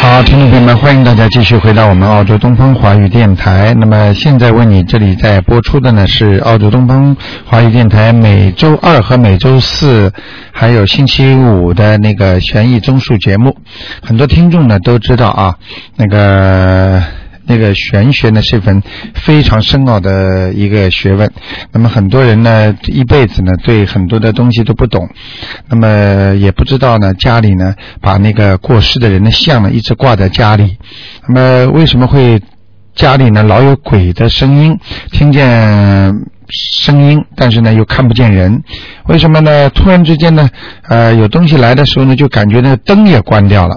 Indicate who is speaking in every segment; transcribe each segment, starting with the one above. Speaker 1: 好，听众朋友们，欢迎大家继续回到我们澳洲东方华语电台。那么现在为你这里在播出的呢是澳洲东方华语电台每周二和每周四，还有星期五的那个悬疑综述节目。很多听众呢都知道啊，那个。那个玄学呢是一门非常深奥的一个学问。那么很多人呢一辈子呢对很多的东西都不懂，那么也不知道呢家里呢把那个过世的人的像呢一直挂在家里，那么呃为什么会家里呢老有鬼的声音，听见？声音，但是呢又看不见人，为什么呢？突然之间呢，呃，有东西来的时候呢，就感觉呢灯也关掉了，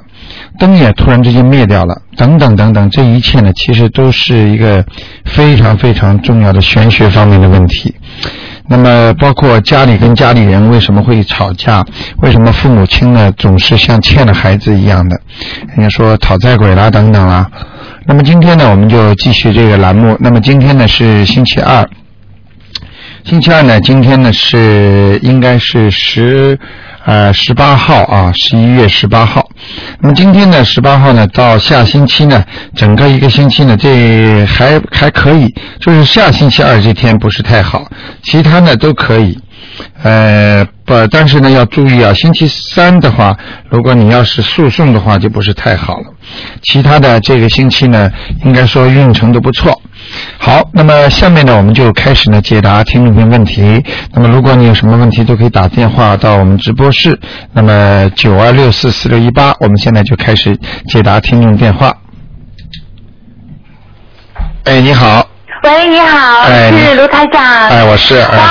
Speaker 1: 灯也突然之间灭掉了，等等等等，这一切呢，其实都是一个非常非常重要的玄学方面的问题。那么，包括家里跟家里人为什么会吵架？为什么父母亲呢总是像欠了孩子一样的？人家说讨债鬼啦，等等啦。那么今天呢，我们就继续这个栏目。那么今天呢是星期二。星期二呢，今天呢是应该是十呃十八号啊，十一月十八号。那么今天呢，十八号呢到下星期呢，整个一个星期呢，这还还可以，就是下星期二这天不是太好，其他呢都可以。呃，不，但是呢要注意啊，星期三的话，如果你要是诉讼的话，就不是太好了。其他的这个星期呢，应该说运程都不错。好，那么下面呢，我们就开始呢解答听众朋友问题。那么如果你有什么问题，都可以打电话到我们直播室，那么九二六四四六一八。我们现在就开始解答听众电话。哎，你好，
Speaker 2: 喂，你好，
Speaker 1: 哎你
Speaker 2: 是卢台长。
Speaker 1: 哎，我是，哎，
Speaker 2: 哇，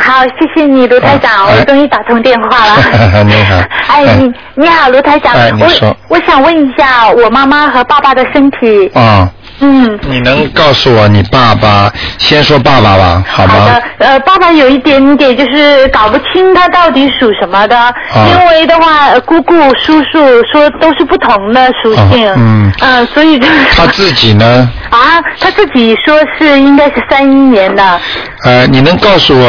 Speaker 2: 好，谢谢你，卢台长，
Speaker 1: 哎。
Speaker 2: 我终于打通电话了
Speaker 1: 你好哎
Speaker 2: 哎，你你好，卢台长，
Speaker 1: 哎你说
Speaker 2: 我我想问一下我妈妈和爸爸的身体。
Speaker 1: 啊、
Speaker 2: 嗯，
Speaker 1: 你能告诉我你爸爸？先说爸爸吧，好吗？
Speaker 2: 的，呃，爸爸有一点点就是搞不清他到底属什么的，
Speaker 1: 哦
Speaker 2: 因为的话，呃姑姑、叔叔说都是不同的属性
Speaker 1: 啊，嗯
Speaker 2: 呃所以就是
Speaker 1: 他自己呢？
Speaker 2: 啊，他自己说是应该是三一年的，
Speaker 1: 呃，你能告诉我，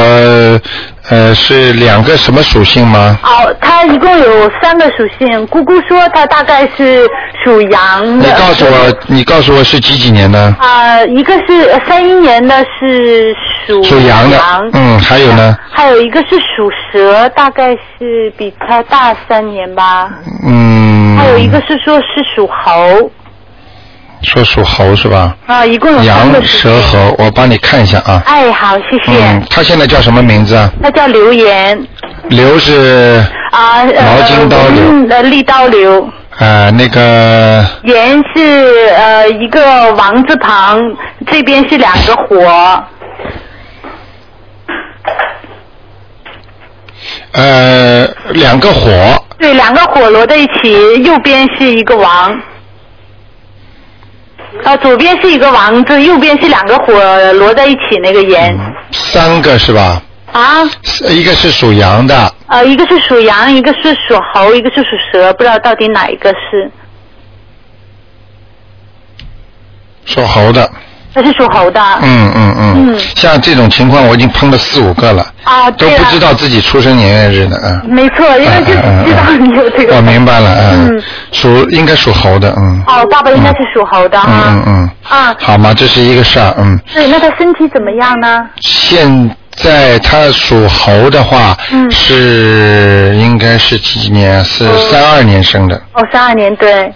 Speaker 1: 呃，是两个什么属性吗？
Speaker 2: 哦，它一共有三个属性。姑姑说它大概是属羊
Speaker 1: 你
Speaker 2: 的。
Speaker 1: 告诉我，你告诉我是几几年的？
Speaker 2: 呃，一个是三一年的是属
Speaker 1: 属羊的。嗯，还有呢？
Speaker 2: 还有一个是属蛇，大概是比它大三年吧。
Speaker 1: 嗯。
Speaker 2: 还有一个是说是属猴
Speaker 1: 说属猴是吧？
Speaker 2: 啊，一共有三个
Speaker 1: 羊、
Speaker 2: 属性
Speaker 1: 蛇、。猴，我帮你看一下啊。
Speaker 2: 哎，好，谢谢。
Speaker 1: 嗯，他现在叫什么名字啊？
Speaker 2: 它叫流言
Speaker 1: 刘是
Speaker 2: 啊，呃，
Speaker 1: 毛巾刀流
Speaker 2: 嗯呃，利刀流。
Speaker 1: 呃那个
Speaker 2: 言是呃一个王字旁，这边是两个火。
Speaker 1: 呃两个火，
Speaker 2: 对，两个火摞在一起，右边是一个王。呃，左边是一个王字，右边是两个火摞在一起那个言
Speaker 1: 嗯三个是吧？
Speaker 2: 啊，
Speaker 1: 一个是属羊的，
Speaker 2: 呃，一个是属羊，一个是属猴，一个是属蛇，不知道到底哪一个是？
Speaker 1: 属猴的。
Speaker 2: 它是属猴的。
Speaker 1: 嗯嗯嗯。
Speaker 2: 嗯
Speaker 1: 像这种情况，我已经碰了四五个了，
Speaker 2: 啊，
Speaker 1: 都
Speaker 2: 对
Speaker 1: 不
Speaker 2: 了，
Speaker 1: 知道自己出生年月日的啊。嗯
Speaker 2: 没错，因为哎就
Speaker 1: 嗯嗯嗯
Speaker 2: 知道你有这个。
Speaker 1: 我明白了，嗯
Speaker 2: 嗯，
Speaker 1: 属应该属猴的，嗯，
Speaker 2: 哦，爸爸应该是属猴的哈。
Speaker 1: 嗯嗯嗯，
Speaker 2: 啊，
Speaker 1: 好嘛，这是一个事儿，嗯，
Speaker 2: 对，那他身体怎么样呢？
Speaker 1: 现在他属猴的话，
Speaker 2: 嗯
Speaker 1: 是应该是几几年？是
Speaker 2: 嗯
Speaker 1: 三二年生的，
Speaker 2: 哦，三二年对。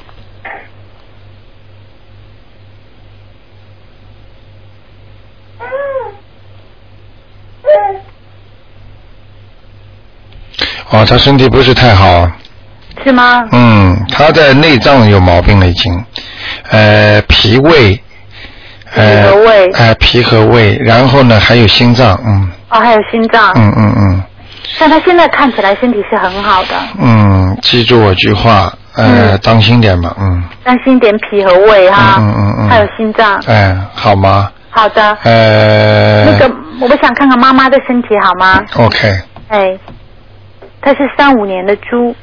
Speaker 1: 哦，他身体不是太好，
Speaker 2: 是吗？
Speaker 1: 嗯，他的内脏有毛病了已经，呃，脾胃，呃，
Speaker 2: 脾和胃
Speaker 1: 呃，脾和胃，然后呢还有心脏，嗯
Speaker 2: 哦，还有心脏。
Speaker 1: 嗯嗯嗯
Speaker 2: 但他现在看起来身体是很好的，
Speaker 1: 嗯，记住我句话，呃，
Speaker 2: 嗯
Speaker 1: 当心点吧，嗯，
Speaker 2: 担心点脾和胃哈，
Speaker 1: 嗯嗯嗯嗯
Speaker 2: 还有心脏。
Speaker 1: 哎，好吗？
Speaker 2: 好的，
Speaker 1: 呃，
Speaker 2: 啊那个我想看看妈妈的身体好吗？
Speaker 1: OK，
Speaker 2: 哎，她是三五年的猪。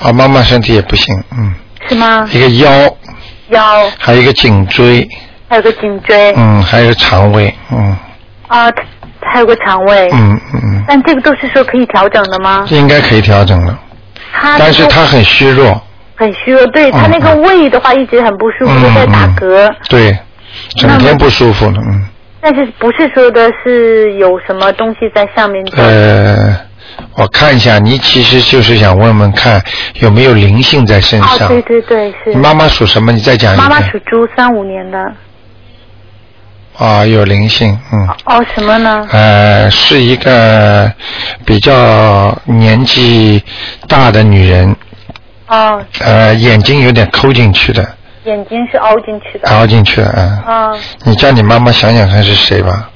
Speaker 1: 啊，妈妈身体也不行，嗯，
Speaker 2: 是吗？
Speaker 1: 哦嗯一个腰，
Speaker 2: 有，
Speaker 1: 还有一个颈椎，
Speaker 2: 还有个颈椎，
Speaker 1: 嗯，还有肠胃，嗯
Speaker 2: 啊，还有个肠胃，
Speaker 1: 嗯嗯，
Speaker 2: 但这个都是说可以调整的吗？
Speaker 1: 应该可以调整了，
Speaker 2: 他
Speaker 1: 但是
Speaker 2: 那个
Speaker 1: 他很虚弱，
Speaker 2: 很虚弱，对他
Speaker 1: 嗯
Speaker 2: 那个胃的话一直很不舒服，
Speaker 1: 嗯
Speaker 2: 在打
Speaker 1: 嗯
Speaker 2: 嗝，
Speaker 1: 对，整
Speaker 2: 那
Speaker 1: 天
Speaker 2: 么
Speaker 1: 不舒服了，嗯，
Speaker 2: 但是不是说的是有什么东西在上面？哦
Speaker 1: 呃，我看一下，你其实就是想问问看有没有灵性在身
Speaker 2: 哦，
Speaker 1: 上。
Speaker 2: 对对对，是
Speaker 1: 你妈妈属什么？你再讲一遍。
Speaker 2: 妈妈属猪，三五年的。
Speaker 1: 啊，有灵性，嗯。
Speaker 2: 哦，什么呢？
Speaker 1: 呃，是一个比较年纪大的女人，
Speaker 2: 哦，
Speaker 1: 呃，眼睛有点抠进去的，
Speaker 2: 眼睛是凹进去的。
Speaker 1: 凹进去的，嗯。
Speaker 2: 啊，
Speaker 1: 你叫你妈妈想想看是谁吧，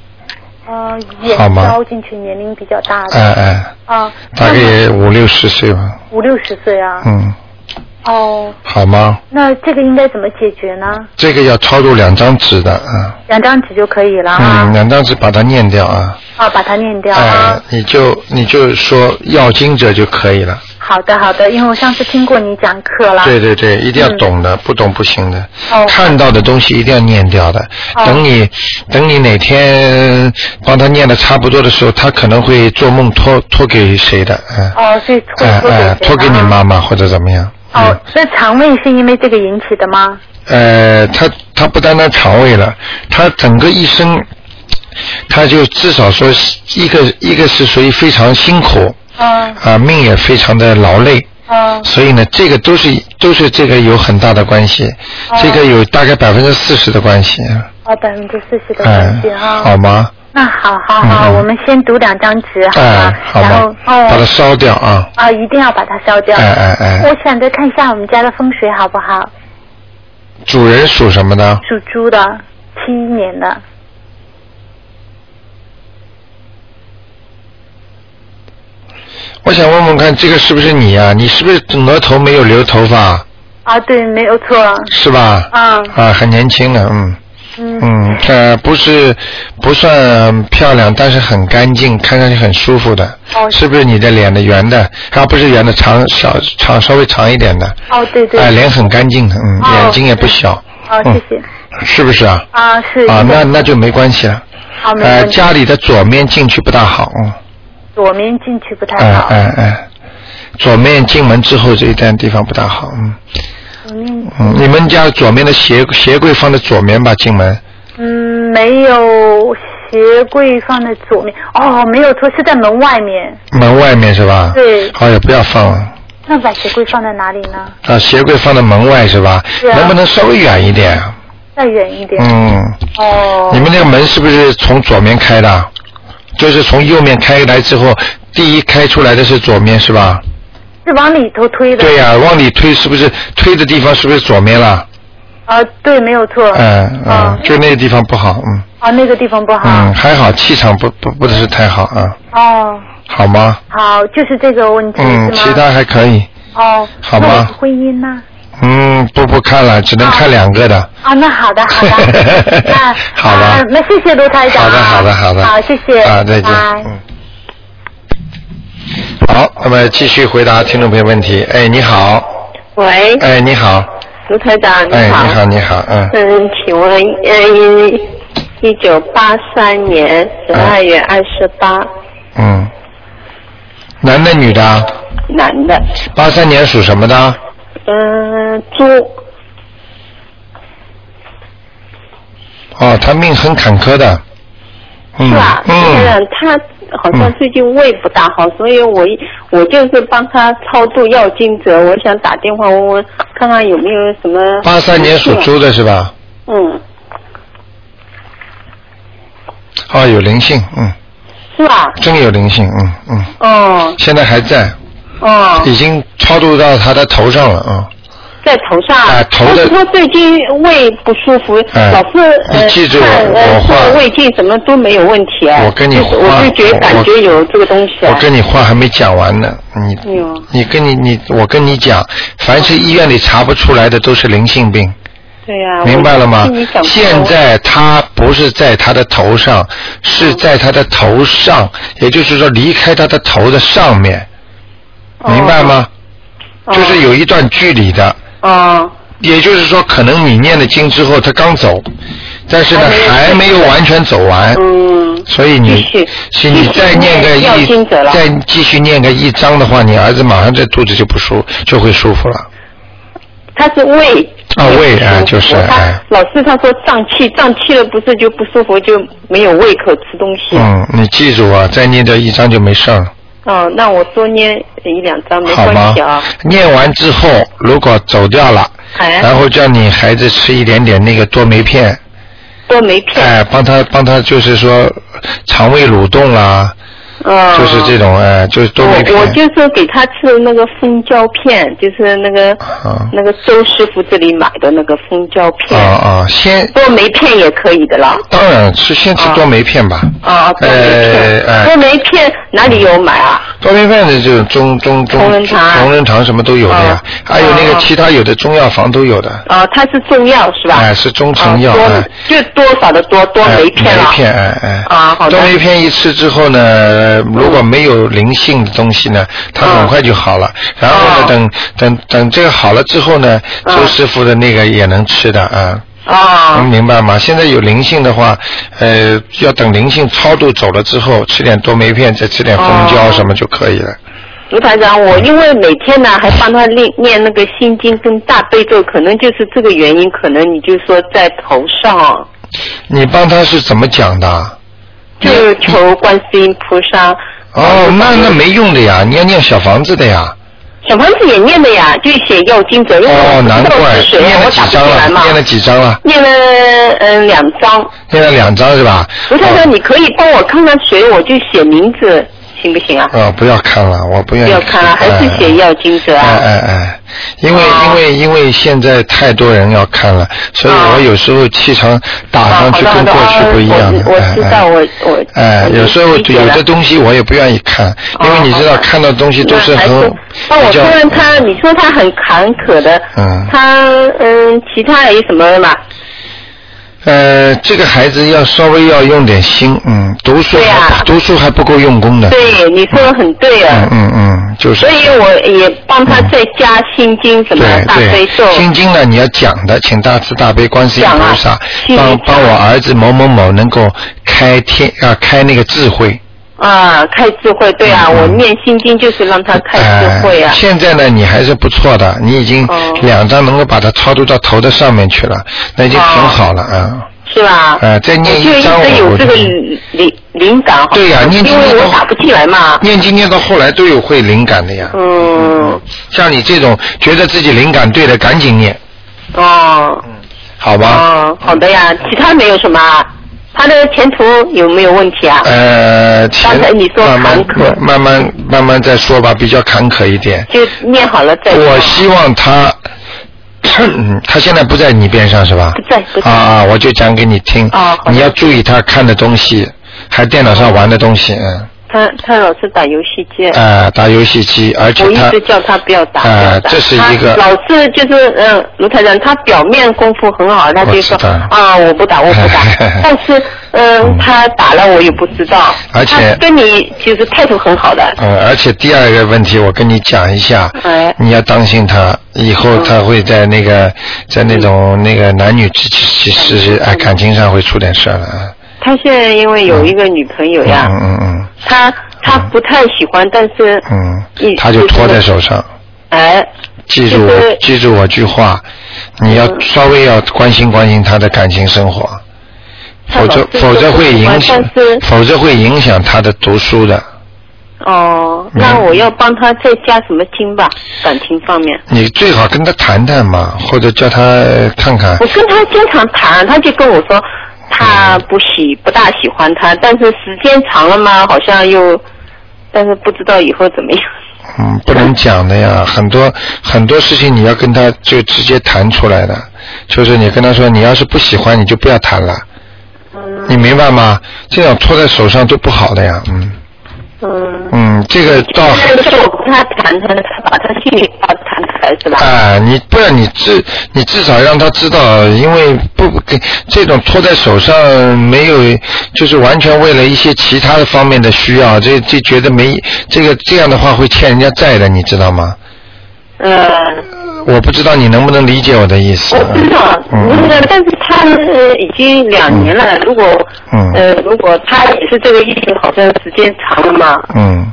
Speaker 2: 啊，眼
Speaker 1: 好
Speaker 2: 睛
Speaker 1: 吗
Speaker 2: 凹进去，年龄比较大的。
Speaker 1: 哎、哎、
Speaker 2: 啊，
Speaker 1: 大
Speaker 2: 那
Speaker 1: 概
Speaker 2: 么
Speaker 1: 也五六十岁吧，
Speaker 2: 五六十岁啊。
Speaker 1: 嗯，
Speaker 2: 哦，
Speaker 1: 好吗？
Speaker 2: 那这个应该怎么解决呢？
Speaker 1: 这个要抄住两张纸的，啊，
Speaker 2: 两张纸就可以了啊
Speaker 1: 嗯，。两张纸把它念掉啊，
Speaker 2: 啊，把它念掉
Speaker 1: 哎、
Speaker 2: 啊。
Speaker 1: 你就你就说要经者就可以了，
Speaker 2: 好的，好的，因为我上次听过你讲课了。
Speaker 1: 对对对，一定要
Speaker 2: 嗯
Speaker 1: 懂的，不懂不行的。
Speaker 2: 哦，
Speaker 1: 看到的东西一定要念掉的。
Speaker 2: 哦
Speaker 1: 等你等你哪天帮他念的差不多的时候，他可能会做梦托托给谁的，嗯，
Speaker 2: 哦，所以
Speaker 1: 哎
Speaker 2: 会托给谁
Speaker 1: 哎
Speaker 2: 呢，
Speaker 1: 托给你嗯妈妈或者怎么样。
Speaker 2: 哦，那肠胃是因为这个引起的吗？
Speaker 1: 呃，他他不单单肠胃了，他整个一生，他就至少说是一个一个是属于非常辛苦
Speaker 2: 嗯
Speaker 1: 啊、命也非常的劳累，
Speaker 2: 嗯
Speaker 1: 所以呢，这个都是都是这个有很大的关系，
Speaker 2: 哦
Speaker 1: 这个有大概百分之四十的关系，
Speaker 2: 哦，百分之四十的
Speaker 1: 哎
Speaker 2: 关系，哈
Speaker 1: 好。吗？
Speaker 2: 那好好好，
Speaker 1: 嗯嗯
Speaker 2: 我们先读两张纸好
Speaker 1: 哎
Speaker 2: 吗，？
Speaker 1: 好
Speaker 2: 啊然后
Speaker 1: 吧，把它
Speaker 2: 哦
Speaker 1: 烧掉啊！
Speaker 2: 啊，一定要把它烧掉
Speaker 1: 哎。哎哎，
Speaker 2: 我想着看一下我们家的风水好不好？
Speaker 1: 主人属什么呢？
Speaker 2: 属猪的，七一年的，
Speaker 1: 我想问问看，这个是不是你啊？你是不是额头没有留头发？
Speaker 2: 啊，对，没有错，
Speaker 1: 是吧？
Speaker 2: 啊，
Speaker 1: 啊，很年轻的，嗯
Speaker 2: 嗯，
Speaker 1: 嗯，呃，不是不算漂亮，但是很干净，看上去很舒服的，
Speaker 2: 哦
Speaker 1: 是不是你的脸的圆的？啊，不是圆的，长小长稍微长一点的，
Speaker 2: 哦，对对
Speaker 1: 哎、，脸很干净的，嗯，
Speaker 2: 哦
Speaker 1: 眼睛也不小，
Speaker 2: 哦，
Speaker 1: 嗯
Speaker 2: 谢谢，
Speaker 1: 是不是啊？
Speaker 2: 啊，是一
Speaker 1: 啊，那
Speaker 2: 个，
Speaker 1: 那就没关系了。
Speaker 2: 好，没
Speaker 1: 呃，
Speaker 2: 问题，
Speaker 1: 家里的左面进去不大好，嗯，
Speaker 2: 左面进去不太
Speaker 1: 哎
Speaker 2: 好，
Speaker 1: 哎哎，左面进门之后这一段地方不大好，嗯
Speaker 2: 左面，
Speaker 1: 嗯，你们家左面的鞋鞋柜放在左面吧，进门，
Speaker 2: 嗯，没有鞋柜放在左面，哦，没有错，是在门外面，
Speaker 1: 门外面是吧？
Speaker 2: 对
Speaker 1: 好，也不要放了，
Speaker 2: 那把鞋柜放在哪里呢？
Speaker 1: 啊，鞋柜放在门外是吧？
Speaker 2: 是啊
Speaker 1: 能不能稍微远一点？
Speaker 2: 再远一点，
Speaker 1: 嗯，
Speaker 2: 哦，
Speaker 1: 你们那个门是不是从左面开的？就是从右面开来之后，第一开出来的是左面是吧？
Speaker 2: 是往里头推的，
Speaker 1: 对呀、往里推是不是推的地方是不是左面了？
Speaker 2: 啊，对，没有错，
Speaker 1: 嗯
Speaker 2: 啊
Speaker 1: 嗯，就那个地方不好，嗯。
Speaker 2: 啊，那个地方不好
Speaker 1: 嗯，，还好，气场不不不是太好啊，
Speaker 2: 哦，
Speaker 1: 好吗？
Speaker 2: 好，就是这个问题
Speaker 1: 嗯，
Speaker 2: 是
Speaker 1: 其
Speaker 2: 吗？
Speaker 1: 他还可以，
Speaker 2: 哦，
Speaker 1: 好
Speaker 2: 那
Speaker 1: 吧
Speaker 2: 我的婚姻呢？
Speaker 1: 嗯，不不看了，只能看两个的。
Speaker 2: 啊，那好的，好的， 那
Speaker 1: 好吧
Speaker 2: 啊那谢谢卢台长
Speaker 1: 好
Speaker 2: 啊。
Speaker 1: 的，好的，好的。
Speaker 2: 好，谢谢。
Speaker 1: 啊，再见。
Speaker 2: 拜拜
Speaker 1: 嗯。好，那么继续回答听众朋友问题。哎，你好，
Speaker 3: 喂，
Speaker 1: 哎，你好，
Speaker 3: 卢台长，你
Speaker 1: 哎，
Speaker 3: 好。
Speaker 1: 你好，你好，嗯，
Speaker 3: 嗯，请问，嗯，一九八三年十二月二十八，
Speaker 1: 嗯，男的女的啊？
Speaker 3: 男的，
Speaker 1: 八三年属什么的？
Speaker 3: 嗯，猪，
Speaker 1: 哦，他命很坎坷的。嗯
Speaker 3: 是吧？
Speaker 1: 嗯，
Speaker 3: 嗯，他好像最近胃不大好，所以我一我就是帮他超度药精者，我想打电话问问看看有没有什么。
Speaker 1: 八三年属。猪的是吧？
Speaker 3: 嗯，
Speaker 1: 哦，有灵性，嗯。
Speaker 3: 是吧？
Speaker 1: 真有灵性，嗯嗯，
Speaker 3: 哦
Speaker 1: 现在还在，
Speaker 3: 哦，
Speaker 1: 已经超度到他的头上了啊、
Speaker 3: 在头上。
Speaker 1: 啊头
Speaker 3: 但
Speaker 1: 的
Speaker 3: 是他最近胃不舒服，
Speaker 1: 哎
Speaker 3: 老是呃
Speaker 1: 你记住
Speaker 3: 看
Speaker 1: 我
Speaker 3: 呃
Speaker 1: 话
Speaker 3: 做胃镜什么都没有问题啊。
Speaker 1: 我跟你
Speaker 3: 就是
Speaker 1: 话
Speaker 3: 我就觉
Speaker 1: 我
Speaker 3: 得感觉有这个东西
Speaker 1: 我
Speaker 3: 啊。
Speaker 1: 跟你话还没讲完呢，你
Speaker 3: 哎呦，
Speaker 1: 你跟你你我跟你讲，凡是医院里查不出来的都是灵性病，
Speaker 3: 对呀、啊我
Speaker 1: 明白了吗
Speaker 3: 听你？讲过
Speaker 1: 现在他不是在他的头上，是在他的头上，也就是说离开他的头的上面，明白？吗？
Speaker 3: 哦
Speaker 1: 就是有一段距离的，
Speaker 3: 哦
Speaker 1: 也就是说，可能你念了经之后，他刚走，但是呢，还
Speaker 3: 还
Speaker 1: 没
Speaker 3: 没
Speaker 1: 有
Speaker 3: 有
Speaker 1: 完全走完。
Speaker 3: 嗯，
Speaker 1: 所以你
Speaker 3: 继续，
Speaker 1: 是你再念个
Speaker 3: 继续念要
Speaker 1: 一
Speaker 3: 经者，了
Speaker 1: 再继续念个一章的话，你儿子马上这肚子就不舒，就会舒服了。
Speaker 3: 他是胃。
Speaker 1: 啊胃啊
Speaker 3: 不舒服
Speaker 1: 就是
Speaker 3: 他
Speaker 1: 哎
Speaker 3: 老师他说胀气，胀气了不是就不舒服，就没有胃口吃东西。
Speaker 1: 嗯，你记住啊，再念掉一章就没事儿了。
Speaker 3: 哦，那我多念一两张没
Speaker 1: 好
Speaker 3: 关
Speaker 1: 吗
Speaker 3: 系啊。？
Speaker 1: 念完之后，如果走掉了，
Speaker 3: 哎
Speaker 1: 然后叫你孩子吃一点点那个多酶片，
Speaker 3: 多没片。
Speaker 1: 哎，帮他帮他就是说肠胃蠕动啦，
Speaker 3: 嗯。
Speaker 1: 就是这。种哎，就是多酶
Speaker 3: 我我就
Speaker 1: 片。
Speaker 3: 是给他吃的那个蜂胶片，就是那个、
Speaker 1: 啊
Speaker 3: 那个周师傅这里买的那个蜂胶片，
Speaker 1: 啊啊，先
Speaker 3: 多酶片也可以的啦。
Speaker 1: 当然吃先吃
Speaker 3: 啊
Speaker 1: 多酶片吧。
Speaker 3: 啊，多酶
Speaker 1: 哎
Speaker 3: 片，
Speaker 1: 哎
Speaker 3: 多酶片哪里有买啊？
Speaker 1: 多酶片的这种中中中
Speaker 3: 同仁堂
Speaker 1: 同仁堂什么都有的呀，
Speaker 3: 啊
Speaker 1: 还有那个
Speaker 3: 啊
Speaker 1: 其他有的中药房都有的，
Speaker 3: 啊，它是中药是吧？
Speaker 1: 哎，是中成药，
Speaker 3: 啊、
Speaker 1: 哎
Speaker 3: 多，就多少的多多
Speaker 1: 哎
Speaker 3: 酶片
Speaker 1: 酶
Speaker 3: 啦。
Speaker 1: 片，哎哎。
Speaker 3: 啊好的
Speaker 1: 多酶片一吃之后呢，如果没有灵性的东西呢，它很快就好了。然后呢，
Speaker 3: 哦
Speaker 1: 等等等这个好了之后呢，
Speaker 3: 嗯
Speaker 1: 周师傅的那个也能吃的啊。能
Speaker 3: 啊
Speaker 1: 明白吗？现在有灵性的话，呃，要等灵性超度走了之后，吃点多酶片，再吃点蜂胶
Speaker 3: 哦
Speaker 1: 什么就可以了。
Speaker 3: 卢台长，我因为每天呢还帮他念念那个心经跟大悲咒，可能就是这个原因，可能你就说在头上
Speaker 1: 你帮他是怎么讲的
Speaker 3: 哦
Speaker 1: 啊？
Speaker 3: 就求观世音菩萨。
Speaker 1: 哦，那那没用的呀，你要念小房子的呀。
Speaker 3: 小房子也念的呀，就写要经者，因为
Speaker 1: 哦
Speaker 3: 我，不
Speaker 1: 难
Speaker 3: 知道
Speaker 1: 怪
Speaker 3: 是谁
Speaker 1: 念
Speaker 3: 啊，
Speaker 1: 了
Speaker 3: 我
Speaker 1: 几
Speaker 3: 打不进
Speaker 1: 张
Speaker 3: 来嘛
Speaker 1: 了，。念了几张了，
Speaker 3: 念了嗯两张，
Speaker 1: 念了两张是吧？
Speaker 3: 卢台
Speaker 1: 哦
Speaker 3: 长，你可以帮我看看谁，我就写名字，行不行啊？
Speaker 1: 啊、不要看了，我不愿
Speaker 3: 不
Speaker 1: 意。
Speaker 3: 要看啊了，还是写要经者
Speaker 1: 哎
Speaker 3: 啊？
Speaker 1: 哎哎，因为、
Speaker 3: 哦
Speaker 1: 因为因为现在太多人要看了，所以
Speaker 3: 哦
Speaker 1: 我有时候气场打上去
Speaker 3: 啊好
Speaker 1: 跟
Speaker 3: 的
Speaker 1: 过去
Speaker 3: 好的
Speaker 1: 不一样的。
Speaker 3: 我我
Speaker 1: 哎
Speaker 3: 知道
Speaker 1: 哎
Speaker 3: 我我
Speaker 1: 哎，
Speaker 3: 我
Speaker 1: 有时候
Speaker 3: 理解
Speaker 1: 有
Speaker 3: 了
Speaker 1: 的东西我也不愿意看，
Speaker 3: 哦
Speaker 1: 哎因为你知道
Speaker 3: 好的
Speaker 1: 看到的东西都是
Speaker 3: 那还
Speaker 1: 很
Speaker 3: 帮我
Speaker 1: 比较
Speaker 3: 看看他，你说他很坎坷的，
Speaker 1: 嗯
Speaker 3: 他嗯，其他有什么嘛？
Speaker 1: 呃，这个孩子要稍微要用点心，嗯，读书
Speaker 3: 对
Speaker 1: 还
Speaker 3: 呀
Speaker 1: 读书还不够用功的。
Speaker 3: 对，你说的很对
Speaker 1: 嗯
Speaker 3: 啊，
Speaker 1: 嗯嗯，就是。
Speaker 3: 所以我也帮他再加心经什么
Speaker 1: 对
Speaker 3: 大悲咒
Speaker 1: 对，，心经呢你要讲的，请大慈大悲观世音
Speaker 3: 讲啊
Speaker 1: 菩萨
Speaker 3: 心
Speaker 1: 帮
Speaker 3: 经
Speaker 1: 帮我儿子某某某能够开天啊开那个智慧，
Speaker 3: 啊，开智慧，对啊，
Speaker 1: 嗯嗯
Speaker 3: 我念心经就是让他开智慧啊
Speaker 1: 呃。现在呢你还是不错的，你已经
Speaker 3: 哦
Speaker 1: 两张能够把它超度到头的上面去了，那已经
Speaker 3: 哦
Speaker 1: 挺好了啊。
Speaker 3: 是吧？
Speaker 1: 呃再念
Speaker 3: 我
Speaker 1: 一
Speaker 3: 就一
Speaker 1: 张
Speaker 3: 直
Speaker 1: 我
Speaker 3: 有这个
Speaker 1: 我就
Speaker 3: 灵灵灵感哈，
Speaker 1: 对呀、
Speaker 3: 哦因
Speaker 1: 念经念
Speaker 3: 为
Speaker 1: 到
Speaker 3: 我打不进来嘛。
Speaker 1: 念经念到后来都有会灵感的呀。
Speaker 3: 嗯，
Speaker 1: 像你这种觉得自己灵感对的，赶紧念，
Speaker 3: 哦，
Speaker 1: 好吧？
Speaker 3: 哦，好的呀，其他没有什么啊，他的前途有没有问题啊？
Speaker 1: 呃，前
Speaker 3: 刚才你说
Speaker 1: 慢慢
Speaker 3: 坎坷
Speaker 1: 慢慢慢慢再说吧，比较坎坷一点。
Speaker 3: 就念好了再说。
Speaker 1: 我希望他， 他现在不在你边上是吧？
Speaker 3: 不在不在
Speaker 1: 啊，我就讲给你听。
Speaker 3: 哦好的
Speaker 1: 你要注意他看的东西，还电脑上玩的东西，嗯，
Speaker 3: 他他老是打游戏机，
Speaker 1: 呃，打游戏机，而且
Speaker 3: 我一
Speaker 1: 他
Speaker 3: 直叫他不要打。
Speaker 1: 啊
Speaker 3: 不要打
Speaker 1: 这是一个
Speaker 3: 他老是就是嗯，卢台长，他表面功夫很好，他就说
Speaker 1: 我知道，
Speaker 3: 啊我不打我不打 但是
Speaker 1: 嗯
Speaker 3: 嗯他打了我也不知道。
Speaker 1: 而且
Speaker 3: 他跟你其实态度很好的。
Speaker 1: 嗯，而且第二个问题，我跟你讲一下，
Speaker 3: 哎嗯
Speaker 1: 你要当心他，以后他会在那个，在那种那个男女之其实
Speaker 3: 嗯
Speaker 1: 是哎感情上会出点事儿了啊。
Speaker 3: 他现在因为有一个女朋友呀，
Speaker 1: 嗯嗯嗯
Speaker 3: 他他不太喜欢，但是
Speaker 1: 嗯
Speaker 3: 一
Speaker 1: 嗯，他就拖在手上。
Speaker 3: 哎。
Speaker 1: 记住
Speaker 3: 就
Speaker 1: 我
Speaker 3: 是
Speaker 1: 记住我句话，你
Speaker 3: 嗯
Speaker 1: 要稍微要关心关心他的感情生活，
Speaker 3: 他
Speaker 1: 否
Speaker 3: 老
Speaker 1: 则
Speaker 3: 是
Speaker 1: 否则
Speaker 3: 说
Speaker 1: 会
Speaker 3: 不喜欢
Speaker 1: 影响
Speaker 3: 但是，
Speaker 1: 否则会影响他的读书的。
Speaker 3: 哦，那
Speaker 1: 嗯
Speaker 3: 我要帮他再加什么经吧？感情方面，
Speaker 1: 你最好跟他谈谈嘛，或者叫他呃看看
Speaker 3: 我。跟他经常谈，他就跟我说他不喜不大喜欢他，但是时间长了嘛，好像又，但是不知道以后怎么样。
Speaker 1: 嗯，不能讲的呀，很多很多事情你要跟他就直接谈出来的，就是你跟他说，你要是不喜欢，你就不要谈了，
Speaker 3: 嗯
Speaker 1: 你明白吗？这样拖在手上都不好的呀，嗯
Speaker 3: 嗯。
Speaker 1: 嗯，这个倒
Speaker 3: 但是我跟他谈谈，他把他心里话谈出来是吧？
Speaker 1: 啊，你不然你至你至少让他知道，因为不给这种拖在手上没有，就是完全为了一些其他的方面的需要，这这觉得没这个这样的话会欠人家债的，你知道吗？
Speaker 3: 嗯。
Speaker 1: 我不知道你能不能理解我的意思。
Speaker 3: 我知道，那个，但是他呃已经两年了，如果
Speaker 1: 嗯
Speaker 3: 呃如果他也是这个疫情，好像时间长了嘛，
Speaker 1: 嗯，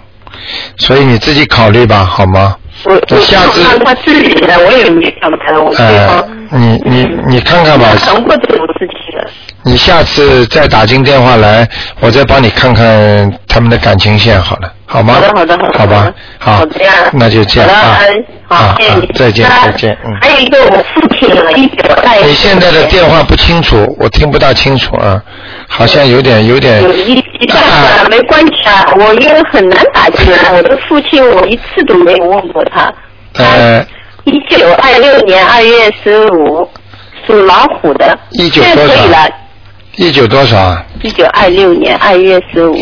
Speaker 1: 所以你自己考虑吧，好吗？
Speaker 3: 我我
Speaker 1: 下
Speaker 3: 想
Speaker 1: 次
Speaker 3: 看他自己的，我也没想他，我最
Speaker 1: 呃
Speaker 3: 后，
Speaker 1: 你你你看看吧，
Speaker 3: 想过这种事情的。
Speaker 1: 你下次再打进电话来，我再帮你看看他们的感情线好了，好吗？
Speaker 3: 好的，好的，好的。
Speaker 1: 好吧，好，
Speaker 3: 好这样。
Speaker 1: 那就这样
Speaker 3: 好
Speaker 1: 啊
Speaker 3: 的，嗯，
Speaker 1: 啊
Speaker 3: 好，谢谢
Speaker 1: 啊
Speaker 3: 你。
Speaker 1: 再见
Speaker 3: 那
Speaker 1: 再见嗯
Speaker 3: 还有一个我父亲啊，一九代。
Speaker 1: 你现在的电话不清楚，我听不大清楚啊，好像有点有点
Speaker 3: 有一一段啊，没关系啊，我因为很难打进来，我的父亲我一次都没有问过他。
Speaker 1: 呃，
Speaker 3: 一九二六年二月十五，属老虎的。
Speaker 1: 19
Speaker 3: 现在
Speaker 1: 多
Speaker 3: 可
Speaker 1: 少
Speaker 3: 以了，
Speaker 1: 一九多少啊？
Speaker 3: 一九二六年二月十五，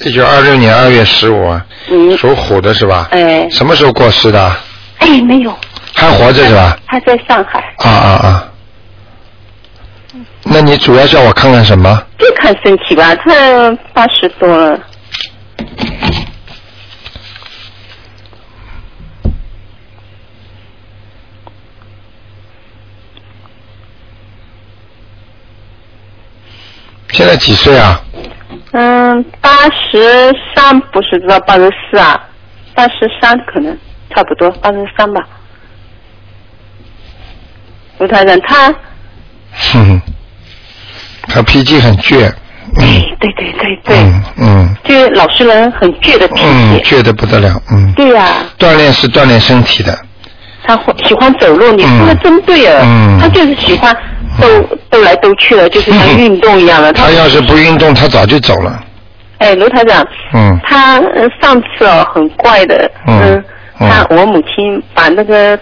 Speaker 1: 一九二六年二月十五啊，
Speaker 3: 嗯，
Speaker 1: 属虎的是吧？
Speaker 3: 哎
Speaker 1: 什么时候过世的啊？
Speaker 3: 哎没有，
Speaker 1: 还活着是吧？
Speaker 3: 他在上海，
Speaker 1: 啊啊啊！那你主要叫我看看什么？
Speaker 3: 就看身体吧，他八十多了。
Speaker 1: 现在几岁啊？
Speaker 3: 嗯，八十三不是知道八十四啊，八十三可能差不多，八十三吧。卢台长，他，
Speaker 1: 哼哼，他脾气很倔。
Speaker 3: 哎
Speaker 1: 嗯，
Speaker 3: 对对对对，
Speaker 1: 嗯嗯
Speaker 3: 就是老实人很倔的脾
Speaker 1: 嗯，
Speaker 3: 气。
Speaker 1: 倔得不得了。嗯，
Speaker 3: 对呀、
Speaker 1: 锻炼是锻炼身体的。
Speaker 3: 他会喜欢走路，你
Speaker 1: 嗯
Speaker 3: 说的真对啊，
Speaker 1: 嗯
Speaker 3: 他就是喜欢兜兜来兜去的，就是像
Speaker 1: 嗯
Speaker 3: 运动一样的。
Speaker 1: 他要是不运动，他早就走了。
Speaker 3: 哎，卢台长，
Speaker 1: 嗯
Speaker 3: 他呃上次哦很怪的，
Speaker 1: 嗯嗯
Speaker 3: 他我母亲把那个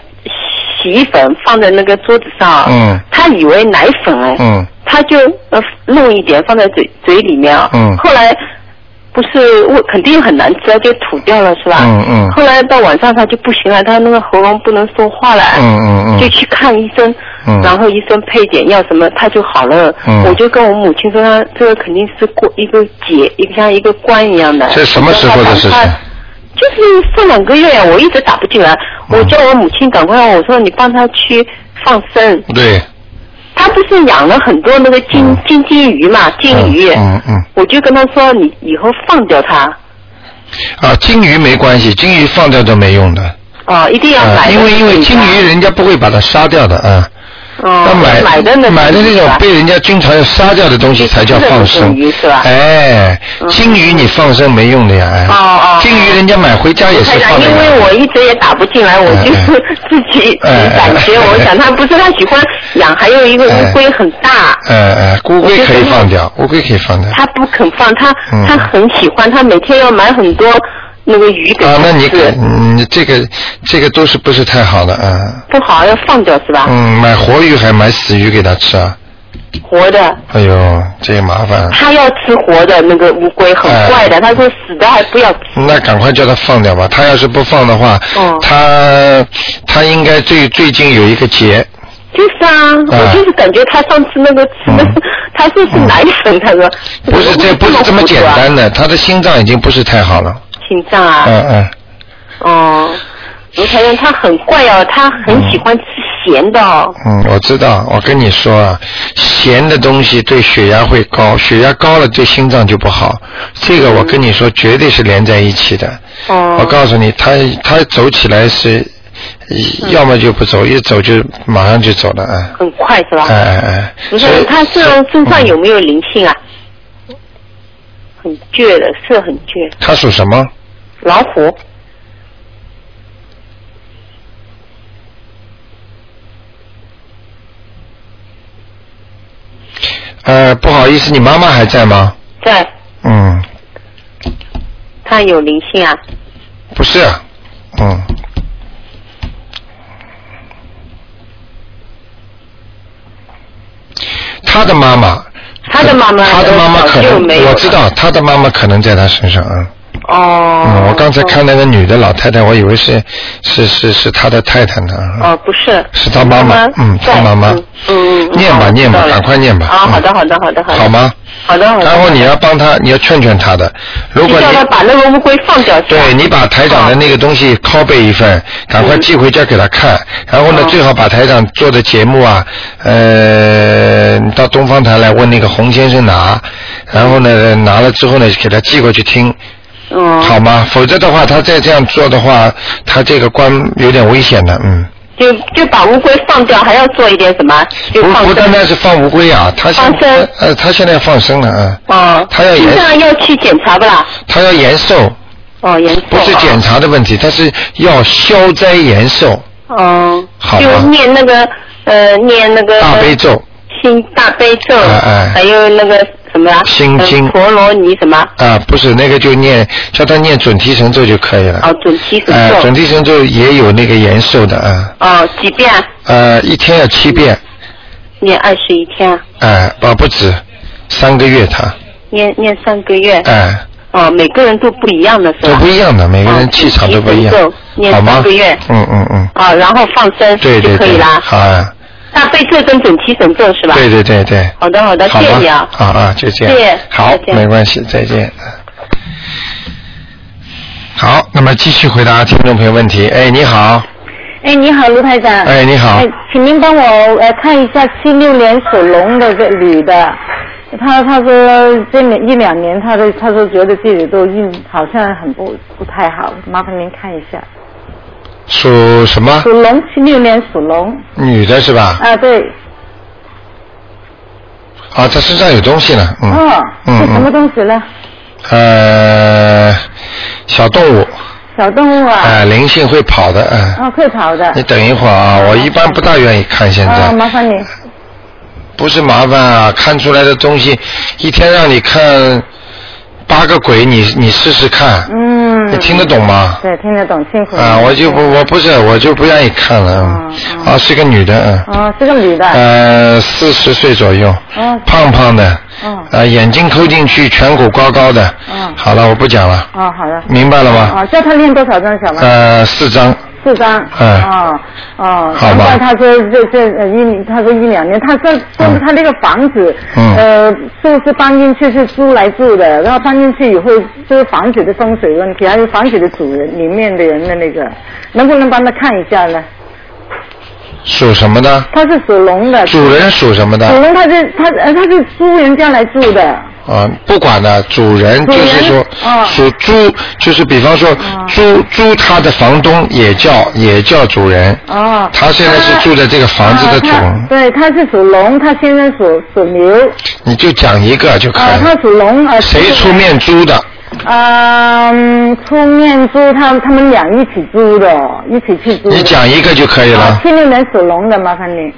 Speaker 3: 洗衣粉放在那个桌子上，
Speaker 1: 嗯
Speaker 3: 他以为奶粉哎，
Speaker 1: 嗯
Speaker 3: 他就呃弄一点放在嘴嘴里面啊，
Speaker 1: 嗯
Speaker 3: 后来不是我肯定很难吃啊，就吐掉了是吧？
Speaker 1: 嗯嗯
Speaker 3: 后来到晚上他就不行了，他那个喉咙不能说话了，
Speaker 1: 嗯嗯
Speaker 3: 就
Speaker 1: 嗯
Speaker 3: 去看医生，
Speaker 1: 嗯
Speaker 3: 然后医生配点药什么，他就好了。
Speaker 1: 嗯
Speaker 3: 我就跟我母亲说，他这个肯定是过一个结，一个像一个关一样的。
Speaker 1: 这什么时候的事情
Speaker 3: 然后他就是上两个月呀，我一直打不进来，
Speaker 1: 嗯
Speaker 3: 我叫我母亲赶快，我说你帮他去放生。
Speaker 1: 对。
Speaker 3: 他不是养了很多那个金
Speaker 1: 嗯
Speaker 3: 金金鱼嘛，金鱼。
Speaker 1: 嗯嗯嗯
Speaker 3: 我就跟他说，你以后放掉它，
Speaker 1: 啊，金鱼没关系，金鱼放掉都没用的。
Speaker 3: 哦，一定要
Speaker 1: 啊，
Speaker 3: 买。
Speaker 1: 因为因为金鱼
Speaker 3: 鱼，
Speaker 1: 人家不会把它杀掉的啊。
Speaker 3: 哦
Speaker 1: 要，买
Speaker 3: 买的那
Speaker 1: 买的那
Speaker 3: 是
Speaker 1: 种
Speaker 3: 吧
Speaker 1: 被人家经常杀掉的东西才叫放生
Speaker 3: 就是那种鱼是吧，
Speaker 1: 哎，
Speaker 3: 嗯
Speaker 1: 金鱼你放生没用的呀，哎
Speaker 3: 哦哦
Speaker 1: 金鱼人家买回家也是
Speaker 3: 台长，
Speaker 1: 放的呀，
Speaker 3: 因为我一直也打不进来，我就
Speaker 1: 哎
Speaker 3: 是 自己
Speaker 1: 哎哎
Speaker 3: 感觉，
Speaker 1: 哎
Speaker 3: 我想他不是他喜欢养，还有一个
Speaker 1: 哎
Speaker 3: 乌龟很大，
Speaker 1: 呃呃，乌龟可以放掉，乌龟可以放掉，
Speaker 3: 他不肯放，他
Speaker 1: 嗯
Speaker 3: 他很喜欢，他每天要买很多那个鱼给
Speaker 1: 啊，那
Speaker 3: 他
Speaker 1: 你可
Speaker 3: 吃，
Speaker 1: 嗯，这个这个都是不是太好的啊？
Speaker 3: 不好要放掉是吧？
Speaker 1: 嗯，买活鱼还买死鱼给它吃啊？
Speaker 3: 活的。
Speaker 1: 哎呦，这麻烦，
Speaker 3: 他要吃活的那个乌龟，很
Speaker 1: 哎
Speaker 3: 怪的。他说死的还不要吃。
Speaker 1: 那赶快叫他放掉吧。他要是不放的话，
Speaker 3: 哦
Speaker 1: 他他应该最最近有一个节，
Speaker 3: 就是啊，我就是感觉他上次那个吃的
Speaker 1: 嗯，
Speaker 3: 他说是奶粉，他说
Speaker 1: 不是这不是这么简，
Speaker 3: 糊涂
Speaker 1: 单的，他的心脏已经不是太好了。
Speaker 3: 啊心脏啊。
Speaker 1: 嗯嗯，
Speaker 3: 哦，卢台长他很怪哦，他很喜欢吃咸的哦。
Speaker 1: 嗯，我知道，我跟你说啊，咸的东西对血压会高，血压高了对心脏就不好。这个我跟你说，绝对是连在一起的。
Speaker 3: 哦。
Speaker 1: 嗯我告诉你，他他走起来是，
Speaker 3: 嗯
Speaker 1: 要么就不走，一走就马上就走了啊。
Speaker 3: 哦很快是吧？
Speaker 1: 哎哎哎，
Speaker 3: 卢
Speaker 1: 所
Speaker 3: 台
Speaker 1: 以
Speaker 3: 长他身身
Speaker 1: 嗯
Speaker 3: 上有没有灵性啊？很倔的，是很倔，
Speaker 1: 他属什么？
Speaker 3: 老虎。
Speaker 1: 呃，不好意思，你妈妈还在吗？
Speaker 3: 对，
Speaker 1: 嗯，
Speaker 3: 他有灵性啊。
Speaker 1: 不是，嗯，他的妈妈，
Speaker 3: 他的妈妈
Speaker 1: 他的妈妈可
Speaker 3: 早就
Speaker 1: 能
Speaker 3: 没有了
Speaker 1: 我知道，他的妈妈可能在他身上啊，
Speaker 3: 哦哦、
Speaker 1: 嗯，我刚才看那个女的老太太，我以为是是是是她的太太呢。嗯
Speaker 3: 哦，不是，
Speaker 1: 是她妈妈嗯
Speaker 3: 对
Speaker 1: 她妈妈
Speaker 3: 嗯嗯，嗯
Speaker 1: 念吧
Speaker 3: 好
Speaker 1: 念吧
Speaker 3: 知道了
Speaker 1: 赶快念吧
Speaker 3: 啊，
Speaker 1: 嗯
Speaker 3: 好的，好的，好的，好的，
Speaker 1: 好？吗？
Speaker 3: 好的，好的。
Speaker 1: 然后你要帮她，你要劝劝她的。如
Speaker 3: 就
Speaker 1: 果你
Speaker 3: 叫他把那个乌龟放掉，是吧
Speaker 1: 对你把台长的那个东西拷贝一份，赶快寄回家给他看。然后呢，
Speaker 3: 哦
Speaker 1: 最好把台长做的节目啊，呃，你到东方台来问那个洪先生拿。然后呢，拿了之后呢，给他寄过去听，
Speaker 3: 嗯，
Speaker 1: 好吗？否则的话，他再这样做的话，他这个关有点危险的，嗯。
Speaker 3: 就就把乌龟放掉，还要做一点什么？就
Speaker 1: 不
Speaker 3: 放
Speaker 1: 不单
Speaker 3: 生。
Speaker 1: 单是放乌龟啊，他现
Speaker 3: 放生
Speaker 1: 呃他现在放生了啊，
Speaker 3: 哦，
Speaker 1: 他要
Speaker 3: 心
Speaker 1: 延
Speaker 3: 脏要去检查不啦？
Speaker 1: 他要延寿，
Speaker 3: 哦，严重。
Speaker 1: 不是检查的问题，他是要消灾延寿，
Speaker 3: 哦，
Speaker 1: 好吧
Speaker 3: 就念那个呃，念那个
Speaker 1: 大悲咒。
Speaker 3: 心大悲咒，
Speaker 1: 哎哎
Speaker 3: 还有那个什么啊？
Speaker 1: 心经
Speaker 3: 呃陀罗尼什么？
Speaker 1: 啊，不是那个就念，叫他念准提神咒就可以了。
Speaker 3: 哦，准提神
Speaker 1: 哎、
Speaker 3: 咒。
Speaker 1: 准提神咒也有那个延寿的啊，
Speaker 3: 哦，几遍？
Speaker 1: 呃，一天要七遍，
Speaker 3: 念二十一天啊，
Speaker 1: 哎、啊不止，三个月他，
Speaker 3: 念念三个月。
Speaker 1: 哎、
Speaker 3: 哦，每个人都不一样的是吧？
Speaker 1: 都不一样的，每个人
Speaker 3: 哦
Speaker 1: 气场都不一样
Speaker 3: 准提神咒，哦念
Speaker 1: 好吗
Speaker 3: 三个月？
Speaker 1: 嗯嗯嗯，
Speaker 3: 哦，然后放生
Speaker 1: 对对
Speaker 3: 就可以
Speaker 1: 对，
Speaker 3: 啦。
Speaker 1: 好啊，
Speaker 3: 大悲咒跟准提神咒是吧？
Speaker 1: 对对对对，
Speaker 3: 好的好的，
Speaker 1: 好
Speaker 3: 谢
Speaker 1: 吗
Speaker 3: 谢你啊。
Speaker 1: 啊啊，就这样，
Speaker 3: 谢谢
Speaker 1: 好
Speaker 3: 再，见
Speaker 1: 没关系，再见。好，那么继续回答听众朋友问题。哎，你好，
Speaker 2: 哎，你好，卢台长。
Speaker 3: 嗯
Speaker 1: 哎，你好
Speaker 2: 哎，，请您帮我呃看一下七六年属龙的这女的，她她说这两一两年，她都她说觉得自己都运好像很不不太好，麻烦您看一下。
Speaker 1: 啊属什么
Speaker 2: 属？龙，七六年属龙
Speaker 1: 女的是吧？
Speaker 2: 啊，对，
Speaker 1: 啊，他身上有东西了，嗯，
Speaker 2: 哦，是什么
Speaker 1: 嗯嗯，
Speaker 2: 东西呢？
Speaker 1: 呃，小动物，
Speaker 2: 小动物啊，
Speaker 1: 哎、灵性会跑的，嗯、
Speaker 2: 啊，会跑的。
Speaker 1: 你等一会儿啊，我一般不大愿意看现
Speaker 2: 啊，麻
Speaker 1: 在，
Speaker 2: 烦你。
Speaker 1: 不是麻烦啊，看出来的东西，一天让你看八个鬼，你你试试看，
Speaker 2: 嗯。
Speaker 1: 你听得懂吗？
Speaker 2: 对，听得懂，辛苦你
Speaker 1: 啊，我就不，我不是，我就不愿意看了，嗯
Speaker 2: 嗯嗯
Speaker 1: 啊，是个女的，嗯，
Speaker 2: 哦，是个女的。
Speaker 1: 呃，四十岁左右，
Speaker 2: 哦
Speaker 1: 胖胖的，
Speaker 2: 哦
Speaker 1: 啊，眼睛抠进去，颧骨高高的，
Speaker 2: 嗯
Speaker 1: 好了，我不讲了。
Speaker 2: 哦，好的。
Speaker 1: 明白了吗？
Speaker 2: 哦，叫她练多少张小王？
Speaker 1: 呃，四张，
Speaker 2: 四张。
Speaker 1: 嗯
Speaker 2: 哦哦，
Speaker 1: 好吧
Speaker 2: 难怪他说这这呃一，他说一两年，他说
Speaker 1: 嗯
Speaker 2: 说他那个房子，
Speaker 1: 嗯
Speaker 2: 呃，是不是搬进去是租来住的？然后搬进去以后，就是房子的风水问题，还有房子的主人里面的人的那个，能不能帮他看一下呢？
Speaker 1: 属什么的？
Speaker 2: 他是属龙的，
Speaker 1: 主人属什么
Speaker 2: 主
Speaker 1: 的？
Speaker 2: 人他是他呃他是租人家来住的，
Speaker 1: 啊，不管的，主人就是说
Speaker 2: 主人哦
Speaker 1: 属猪，就是比方说
Speaker 2: 哦
Speaker 1: 租租他的房东也叫也叫主人。
Speaker 2: 哦，
Speaker 1: 他现在是住在这个房子的主
Speaker 2: 啊他对，他是属龙，他先生属属牛，
Speaker 1: 你就讲一个就可
Speaker 2: 啊，他
Speaker 1: 以。
Speaker 2: 属龙，呃，
Speaker 1: 谁
Speaker 2: 是
Speaker 1: 出面租的？
Speaker 2: 嗯，出面租他他们俩一起租的，一起去租的。
Speaker 1: 你讲一个就可以
Speaker 2: 啊
Speaker 1: 了。
Speaker 2: 七六年属龙的，麻烦你。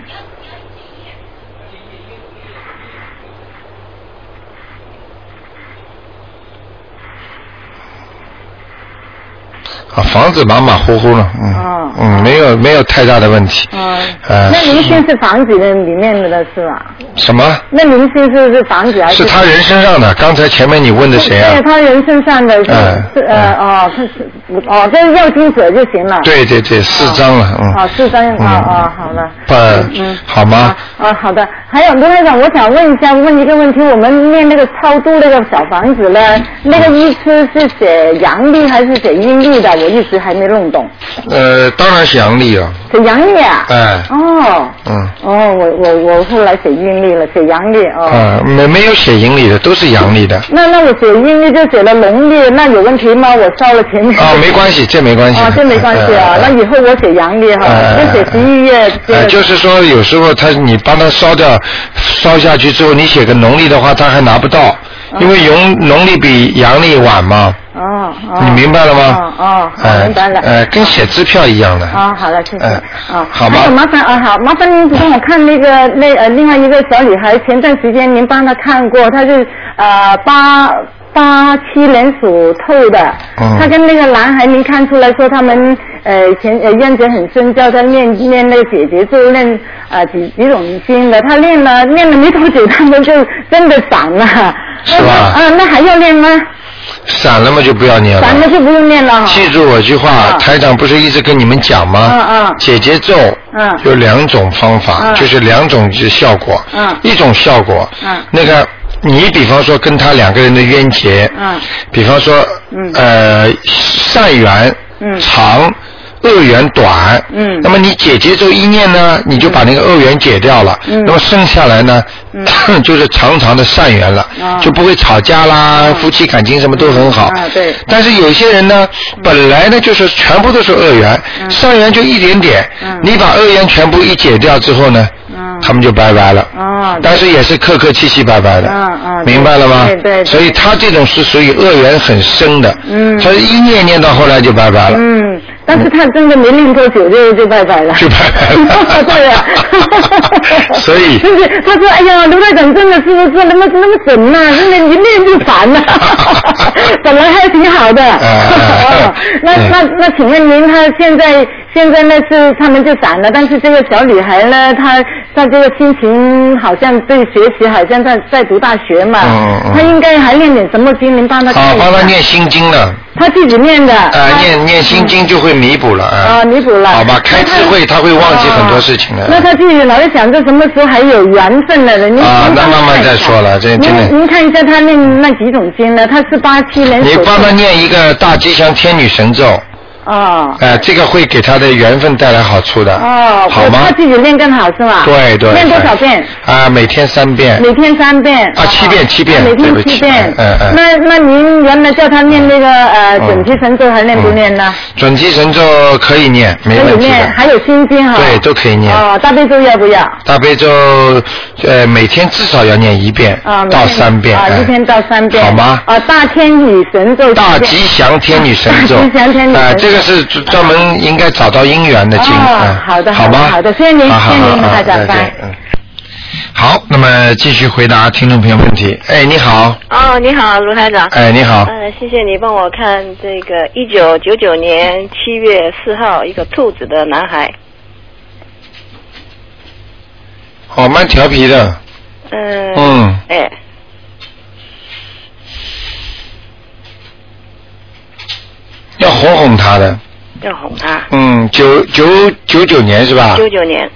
Speaker 1: 啊，房子马马虎虎了，嗯
Speaker 2: 哦
Speaker 1: 嗯，没有没有太大的问题。
Speaker 2: 啊，
Speaker 1: 呃
Speaker 2: 那您先是房子的里面的了是吧？
Speaker 1: 什么？
Speaker 2: 那您先是是房子还
Speaker 1: 是
Speaker 2: 是？
Speaker 1: 他人身上的。刚才前面你问的谁啊
Speaker 2: 对，？他人身上的是、
Speaker 1: 嗯
Speaker 2: 是呃哦，他是哦，这是要经者就行了。
Speaker 1: 对对对，四张了，嗯。
Speaker 2: 哦，啊四张
Speaker 1: 嗯
Speaker 2: 哦哦，好了。
Speaker 1: 呃
Speaker 2: 嗯，
Speaker 1: 好吗
Speaker 2: 啊？啊，好的。还有卢台长，我想问一下，问一个问题，我们念那个超度那个小房子呢，
Speaker 1: 嗯
Speaker 2: 那个一吃是写阳历还是写阴历的？我一直还没弄懂，
Speaker 1: 呃，当然是阳历了，
Speaker 2: 写阳历啊？
Speaker 1: 哎
Speaker 2: 哦。
Speaker 1: 嗯。
Speaker 2: 哦，我我我后来写阴历了，写阳历哦。
Speaker 1: 啊，没没有写阴历的，都是阳历的。
Speaker 2: 那那我写阴历就写了农历，那有问题吗？我烧了前面。
Speaker 1: 啊，没关系，这没关系。
Speaker 2: 哦，这没关系啊
Speaker 1: 呃，
Speaker 2: 那以后我写阳历哈，
Speaker 1: 呃
Speaker 2: 就写十一月这
Speaker 1: 呃，
Speaker 2: 个。
Speaker 1: 就是说，有时候他你帮他烧掉，烧下去之后，你写个农历的话，他还拿不到，
Speaker 2: 嗯
Speaker 1: 因为农农历比阳历晚嘛，
Speaker 2: 哦哦。
Speaker 1: 你明白了吗？
Speaker 2: 哦哦，好
Speaker 1: 呃
Speaker 2: 明白了。
Speaker 1: 呃，跟写支票一样的。
Speaker 2: 啊，好了，谢谢。
Speaker 1: 嗯
Speaker 2: 啊，
Speaker 1: 好吧
Speaker 2: 还有麻烦啊，好，麻烦您帮我看那个那呃另外一个小女孩，前段时间您帮她看过，她是呃八八七年属兔的，
Speaker 1: 嗯
Speaker 2: 她跟那个男孩您看出来说他们呃前呃冤结很深，叫她念念那个姐姐咒，念呃几几种经的，她念了念了没多久，他们就真的散了。
Speaker 1: 是吧
Speaker 2: 啊，那还要念吗？
Speaker 1: 散了嘛就不要念
Speaker 2: 咱
Speaker 1: 了。
Speaker 2: 们就不用念了哈。
Speaker 1: 记住我句话，
Speaker 2: 嗯
Speaker 1: 台长不是一直跟你们讲吗？
Speaker 2: 嗯嗯
Speaker 1: 姐姐咒
Speaker 2: 嗯
Speaker 1: 有两种方法，
Speaker 2: 嗯
Speaker 1: 就是两种是效果。
Speaker 2: 嗯
Speaker 1: 一种效果，
Speaker 2: 嗯
Speaker 1: 那个你比方说跟他两个人的冤结，
Speaker 2: 嗯
Speaker 1: 比方说，
Speaker 2: 嗯
Speaker 1: 呃，善缘
Speaker 2: 嗯
Speaker 1: 长，恶缘短，
Speaker 2: 嗯
Speaker 1: 那么你解结咒一念呢，你就把那个恶缘解掉了，
Speaker 2: 嗯
Speaker 1: 那么剩下来呢， 就是长长的善缘了，
Speaker 2: 啊
Speaker 1: 就不会吵架啦，夫妻感情什么都很好。
Speaker 2: 啊对
Speaker 1: 但是有些人呢，本来呢就是全部都是恶缘，
Speaker 2: 嗯
Speaker 1: 善缘就一点点，
Speaker 2: 嗯
Speaker 1: 你把恶缘全部一解掉之后呢，
Speaker 2: 嗯
Speaker 1: 他们就拜拜了。
Speaker 2: 啊，
Speaker 1: 但是也是客客气气白白的，
Speaker 2: 嗯嗯
Speaker 1: 明白了吗？
Speaker 2: 对对对
Speaker 1: 所以他这种是属于恶缘很深的，
Speaker 2: 嗯
Speaker 1: 所以一念念到后来就拜拜了，
Speaker 2: 嗯，但是他真的没练多久就就拜拜了。
Speaker 1: 就拜拜了。
Speaker 2: 对呀、
Speaker 1: 所以
Speaker 2: 就是他说，哎呀，刘队长真的是不是那么那么神呐、真的一练就烦 了、本来还挺好的。
Speaker 1: 嗯
Speaker 2: 哦那
Speaker 1: 嗯
Speaker 2: 那那，请问您，他现在现在那是他们就散了，但是这个小女孩呢，她她这个心情好像对学习好像在在读大学嘛，
Speaker 1: 嗯嗯
Speaker 2: 她应该还练点什么经，您帮她
Speaker 1: 啊
Speaker 2: 看，一下。
Speaker 1: 帮他念心经了，
Speaker 2: 她自己念的。啊
Speaker 1: 啊，念念心经就会弥补了啊。
Speaker 2: 啊，弥补了。
Speaker 1: 好吧，开智慧他会忘记很多事情的。
Speaker 2: 那他自己老是想着什么时候还有缘分呢？人家
Speaker 1: 啊那慢慢再说了这真的
Speaker 2: 您您看一下他念那几种经呢？他是八七年
Speaker 1: 你
Speaker 2: 所
Speaker 1: 帮他
Speaker 2: 生
Speaker 1: 念一个大吉祥天女神咒，
Speaker 2: 哦
Speaker 1: 哎、这个会给他的缘分带来好处的，
Speaker 2: 哦，
Speaker 1: 啊好吗
Speaker 2: 他？自己练更好是吧？
Speaker 1: 对对。
Speaker 2: 练多少遍？
Speaker 1: 啊，每天三遍。
Speaker 2: 每天三遍。
Speaker 1: 啊七遍
Speaker 2: 哦
Speaker 1: 七遍
Speaker 2: 啊每
Speaker 1: 对
Speaker 2: 天
Speaker 1: 不起
Speaker 2: 七遍。
Speaker 1: 嗯嗯
Speaker 2: 那那您原来叫他念那个呃
Speaker 1: 嗯
Speaker 2: 准提神咒还练不练呢？
Speaker 1: 准提神咒可以念，没
Speaker 2: 可以
Speaker 1: 问题
Speaker 2: 念，还
Speaker 1: 的。
Speaker 2: 有心经哈。
Speaker 1: 对，都可以念。
Speaker 2: 哦，大悲咒要不要？
Speaker 1: 大悲咒，呃，每天至少要念一遍
Speaker 2: 啊，每
Speaker 1: 到
Speaker 2: 天
Speaker 1: 三遍。
Speaker 2: 啊，
Speaker 1: 哎
Speaker 2: 一天到三遍，
Speaker 1: 好吗？
Speaker 2: 啊，大天女神咒，
Speaker 1: 大吉祥天女神咒，
Speaker 2: 大吉祥天女神咒
Speaker 1: 啊，这个是专门应该找到姻缘的经，
Speaker 2: 哦
Speaker 1: 啊
Speaker 2: 好的
Speaker 1: 好吗？
Speaker 2: 好的好的谢谢您
Speaker 1: 好好
Speaker 2: 谢谢您
Speaker 1: 好好
Speaker 2: 台长
Speaker 1: 再见
Speaker 2: 拜
Speaker 1: 嗯好，那么继续回答听众朋友问题。哎，你好，
Speaker 3: 哦，你好，卢台长。
Speaker 1: 哎，你好，
Speaker 3: 嗯，谢谢你帮我看这个一九九九年七月四号一个兔子的男孩，
Speaker 1: 哦，蛮调皮的，
Speaker 3: 嗯，
Speaker 1: 嗯，
Speaker 3: 哎，
Speaker 1: 要哄哄他的，
Speaker 3: 要哄他。
Speaker 1: 嗯，九九九九年是吧？
Speaker 3: 啊九九年，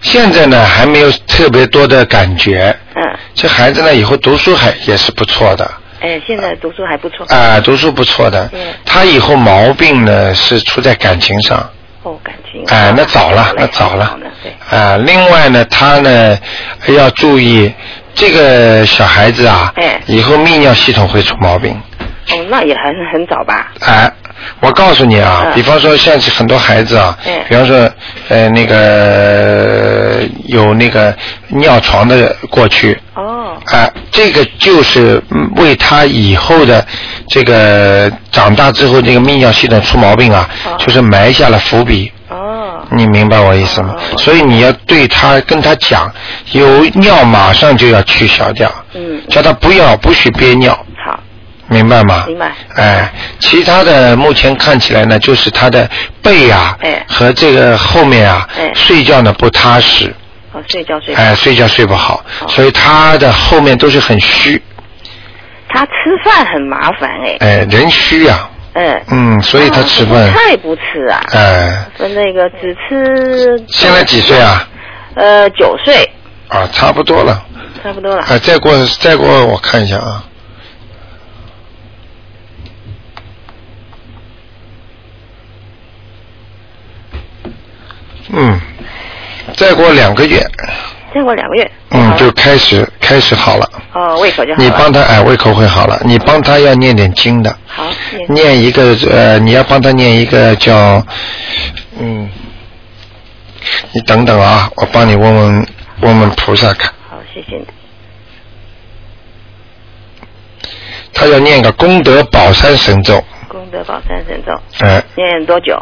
Speaker 1: 现在呢还没有特别多的感觉，
Speaker 3: 嗯，
Speaker 1: 这孩子呢以后读书还也是不错的，
Speaker 3: 哎，现在读书还不错。
Speaker 1: 啊、读书不错的
Speaker 3: 对，
Speaker 1: 他以后毛病呢是出在感情上。
Speaker 3: 哦，感情。
Speaker 1: 哎、那早了，那早
Speaker 3: 早
Speaker 1: 了
Speaker 3: 对。。
Speaker 1: 啊、另外呢，他呢要注意这个小孩子啊，
Speaker 3: 哎
Speaker 1: 以后泌尿系统会出毛病。
Speaker 3: 哦，那也很很早吧？
Speaker 1: 哎、我告诉你啊，
Speaker 3: 嗯
Speaker 1: 比方说像很多孩子啊，
Speaker 3: 哎
Speaker 1: 比方说呃那个有那个尿床的过去，
Speaker 3: 哦，
Speaker 1: 啊、这个就是嗯为他以后的这个长大之后这个泌尿系统出毛病啊，
Speaker 3: 哦
Speaker 1: 就是埋下了伏笔。
Speaker 3: 哦，
Speaker 1: 你明白我意思吗？
Speaker 3: 哦
Speaker 1: 所以你要对他跟他讲，有尿马上就要去小掉，
Speaker 3: 嗯，
Speaker 1: 叫他不要不许憋尿，
Speaker 3: 好，
Speaker 1: 明白吗？
Speaker 3: 明白。
Speaker 1: 哎，其他的目前看起来呢，就是他的背啊，
Speaker 3: 哎
Speaker 1: 和这个后面啊，
Speaker 3: 哎
Speaker 1: 睡觉呢不踏实，
Speaker 3: 哦，睡觉睡觉。
Speaker 1: 哎，睡觉睡不好，
Speaker 3: 哦
Speaker 1: 所以他的后面都是很虚，
Speaker 3: 他吃饭很麻烦哎，
Speaker 1: 哎，人虚啊，
Speaker 3: 嗯。
Speaker 1: 嗯，所以他吃
Speaker 3: 哦
Speaker 1: 饭，
Speaker 3: 菜不吃啊，
Speaker 1: 哎，
Speaker 3: 分那个只吃。
Speaker 1: 现在几岁？啊？
Speaker 3: 呃，九岁，
Speaker 1: 啊，差不多了。
Speaker 3: 差不多了。
Speaker 1: 啊，再过再过，我看一下啊。嗯，再过两个月，
Speaker 3: 再过两个月。好
Speaker 1: 嗯，
Speaker 3: 了
Speaker 1: 就开始开始好了。
Speaker 3: 哦，胃口就好了。
Speaker 1: 你帮他哎，胃口会好了。你帮他要念点经的，
Speaker 3: 好，念
Speaker 1: 念一个呃，你要帮他念一个叫，嗯，你等等啊，我帮你问问问问菩萨看，
Speaker 3: 好，谢谢你。
Speaker 1: 他要念个功德宝山神咒，
Speaker 3: 功德宝三神咒
Speaker 1: 哎、
Speaker 3: 念多久？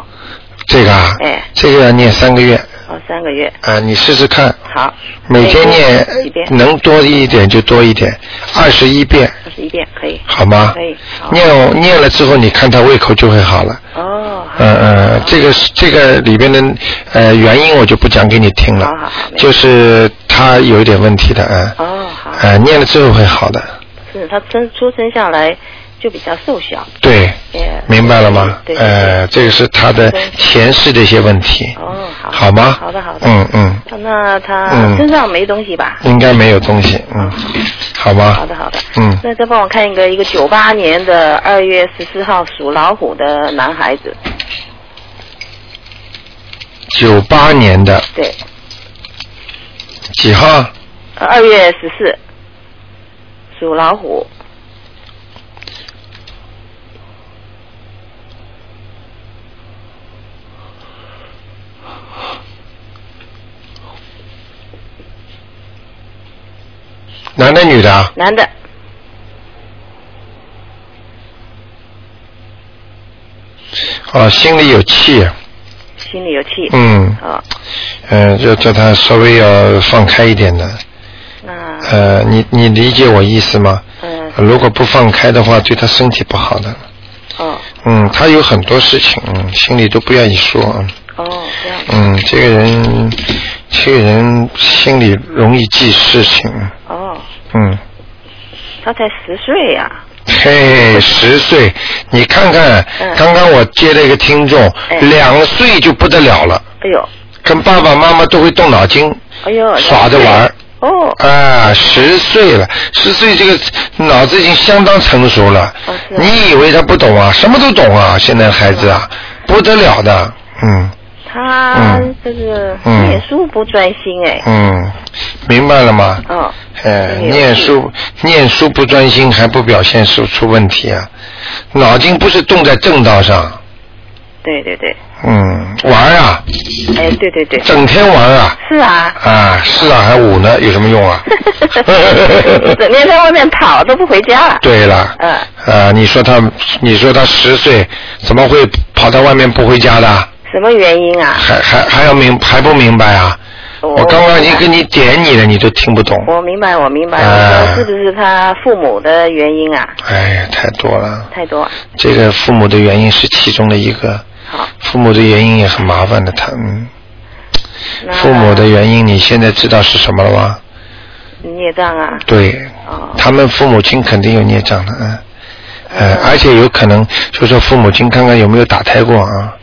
Speaker 1: 这个啊，
Speaker 3: 哎
Speaker 1: 这个要念三个月
Speaker 3: 哦，三个月。
Speaker 1: 啊，你试试看，
Speaker 3: 好，
Speaker 1: 每天
Speaker 3: 一
Speaker 1: 念
Speaker 3: 遍，
Speaker 1: 能多一点就多一点，二十一遍，
Speaker 3: 二十一遍可以。
Speaker 1: 好吗
Speaker 3: 可以。好。
Speaker 1: 念哦念了之后，你看他胃口就会好了。
Speaker 3: 哦。好
Speaker 1: 嗯嗯
Speaker 3: 好，
Speaker 1: 这个是这个里边的呃原因我就不讲给你听了
Speaker 3: 好好好，没
Speaker 1: 就是他有一点问题的，嗯。
Speaker 3: 哦好
Speaker 1: 哎、念了之后会好的。
Speaker 4: 是他生出生下来就比较瘦小。
Speaker 1: 对，
Speaker 4: 也
Speaker 1: 明白了吗？
Speaker 4: 对对
Speaker 1: 呃，这个是他的前世的一些问题，
Speaker 4: 哦，好。
Speaker 1: 好吗？
Speaker 4: 好的，好的。
Speaker 1: 嗯嗯，
Speaker 4: 那他
Speaker 1: 嗯
Speaker 4: 身上没东西吧？
Speaker 1: 应该没有东西，嗯，好吗？
Speaker 4: 好的，好的。
Speaker 1: 嗯，
Speaker 4: 那再帮我看一个一个九八年的二月十四号属老虎的男孩子，
Speaker 1: 九八年的
Speaker 4: 对，
Speaker 1: 几号？
Speaker 4: 二月十四，属老虎，
Speaker 1: 男的女的啊？
Speaker 4: 男的，
Speaker 1: 哦，心里有气，
Speaker 4: 心里有气。
Speaker 1: 嗯
Speaker 4: 啊，
Speaker 1: 嗯、要叫他稍微要放开一点的，
Speaker 4: 那
Speaker 1: 呃，你你理解我意思吗？
Speaker 4: 嗯
Speaker 1: 如果不放开的话，对他身体不好的。
Speaker 4: 哦
Speaker 1: 嗯，他有很多事情，嗯，心里都不愿意说。嗯
Speaker 4: 哦这样
Speaker 1: 嗯，这个人，这个人心里容易记事情。
Speaker 4: 哦，
Speaker 1: 嗯，
Speaker 4: 他才十岁呀、
Speaker 1: 嘿，十岁，你看看，
Speaker 4: 嗯
Speaker 1: 刚刚我接了一个听众，
Speaker 4: 哎
Speaker 1: 两岁就不得了了，
Speaker 4: 哎呦
Speaker 1: 跟爸爸妈妈都会动脑筋，
Speaker 4: 哎呦，
Speaker 1: 耍着玩儿。
Speaker 4: 哦
Speaker 1: 啊，十岁了，十岁这个脑子已经相当成熟了。
Speaker 4: 哦是啊
Speaker 1: 你以为他不懂啊？什么都懂啊！现在孩子啊，
Speaker 4: 哦
Speaker 1: 不得了的。嗯
Speaker 4: 他
Speaker 1: 嗯
Speaker 4: 这个
Speaker 1: 嗯
Speaker 4: 念书不专心哎，
Speaker 1: 嗯，明白了吗？
Speaker 4: 哦
Speaker 1: 哎，
Speaker 4: 这个有
Speaker 1: 念
Speaker 4: 趣
Speaker 1: 书念书不专心，还不表现出出问题啊？脑筋不是动在正道上，
Speaker 4: 对对对，
Speaker 1: 嗯，玩啊，
Speaker 4: 哎对对对，
Speaker 1: 整天玩啊，
Speaker 4: 是啊，？
Speaker 1: 啊，是啊，还舞呢，有什么用啊
Speaker 4: 整天在外面跑都不回家了。
Speaker 1: 对了，
Speaker 4: 嗯
Speaker 1: 啊，你说他，你说他十岁，怎么会跑到外面不回家的？
Speaker 4: 什么原因啊？
Speaker 1: 还还还要明还不明白啊？我刚刚已经跟你点你了，你都听不懂。
Speaker 4: 我明白，我明白，
Speaker 1: 哎
Speaker 4: 我说是不是他父母的原因啊？
Speaker 1: 哎呀，太多了，
Speaker 4: 太多，
Speaker 1: 这个父母的原因是其中的一个，
Speaker 4: 好，
Speaker 1: 父母的原因也很麻烦的，他嗯，
Speaker 4: 那
Speaker 1: 父母的原因你现在知道是什么了吗？
Speaker 4: 孽障啊，
Speaker 1: 对，
Speaker 4: 哦，
Speaker 1: 他们父母亲肯定有孽障的，嗯，呃，而且有可能就说父母亲看看有没有打胎过啊，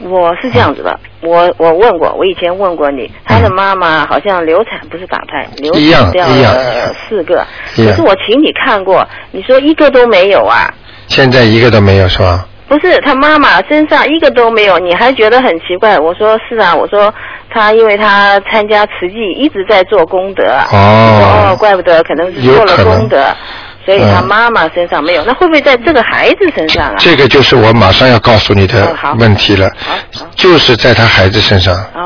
Speaker 4: 我是这样子的，我我问过，我以前问过你，他的妈妈好像流产不是打胎，流
Speaker 1: 一样
Speaker 4: 产掉
Speaker 1: 一样
Speaker 4: 了四个，
Speaker 1: 一样
Speaker 4: 可是我请你看过，你说一个都没有啊。
Speaker 1: 现在一个都没有是吧？
Speaker 4: 不是他妈妈身上一个都没有，你还觉得很奇怪？我说是啊，我说他因为他参加慈济一直在做功德，
Speaker 1: 哦嗯
Speaker 4: 哦，怪不得可能是做了功德，所以他妈妈身上没有，那会不会在这个孩子身上啊？
Speaker 1: 这个就是我马上要告诉你的
Speaker 4: 哦好
Speaker 1: 问题了
Speaker 4: 好好，
Speaker 1: 就是在他孩子身上。
Speaker 4: 哦，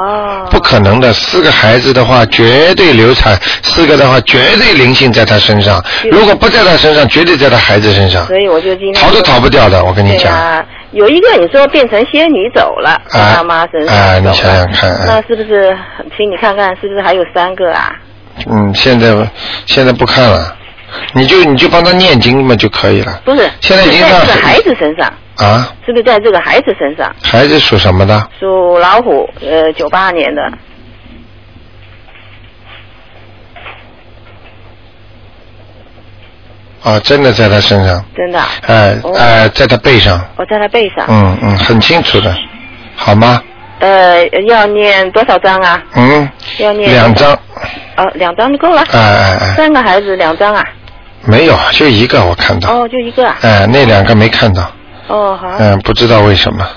Speaker 1: 不可能的，四个孩子的话绝对流产，四个的话绝对灵性在他身上，如果不在他身上，绝对在他孩子身上，
Speaker 4: 所以我就今天
Speaker 1: 逃都逃不掉的。我跟你
Speaker 4: 对
Speaker 1: 讲，
Speaker 4: 啊，有一个你说变成仙女走了，从
Speaker 1: 啊
Speaker 4: 他妈身上
Speaker 1: 啊你
Speaker 4: 走了
Speaker 1: 想想看啊
Speaker 4: 那是不是？请你看看是不是还有三个啊？
Speaker 1: 嗯，现在现在不看了，你就你就帮他念经嘛就可以了
Speaker 4: 不是，
Speaker 1: 现在已经
Speaker 4: 是在
Speaker 1: 让
Speaker 4: 这个孩子身上，
Speaker 1: 啊。
Speaker 4: 是不是在这个孩子身上？
Speaker 1: 孩子属什么的？
Speaker 4: 属老虎，呃，九八年的，
Speaker 1: 啊，真的在他身上，
Speaker 4: 真的啊，
Speaker 1: 哎、
Speaker 4: 哦
Speaker 1: 哎、在他背上，
Speaker 4: 我在他背上。
Speaker 1: 嗯嗯，很清楚的，好吗？
Speaker 4: 呃，要念多少张啊？
Speaker 1: 嗯，
Speaker 4: 要念
Speaker 1: 两张，
Speaker 4: 呃，两张就够了。
Speaker 1: 哎哎哎，
Speaker 4: 三个孩子，两张啊？
Speaker 1: 没有，啊就一个我看到，
Speaker 4: 哦，就一个啊？
Speaker 1: 哎、那两个没看到，
Speaker 4: 哦，好，
Speaker 1: 嗯，不知道为什么，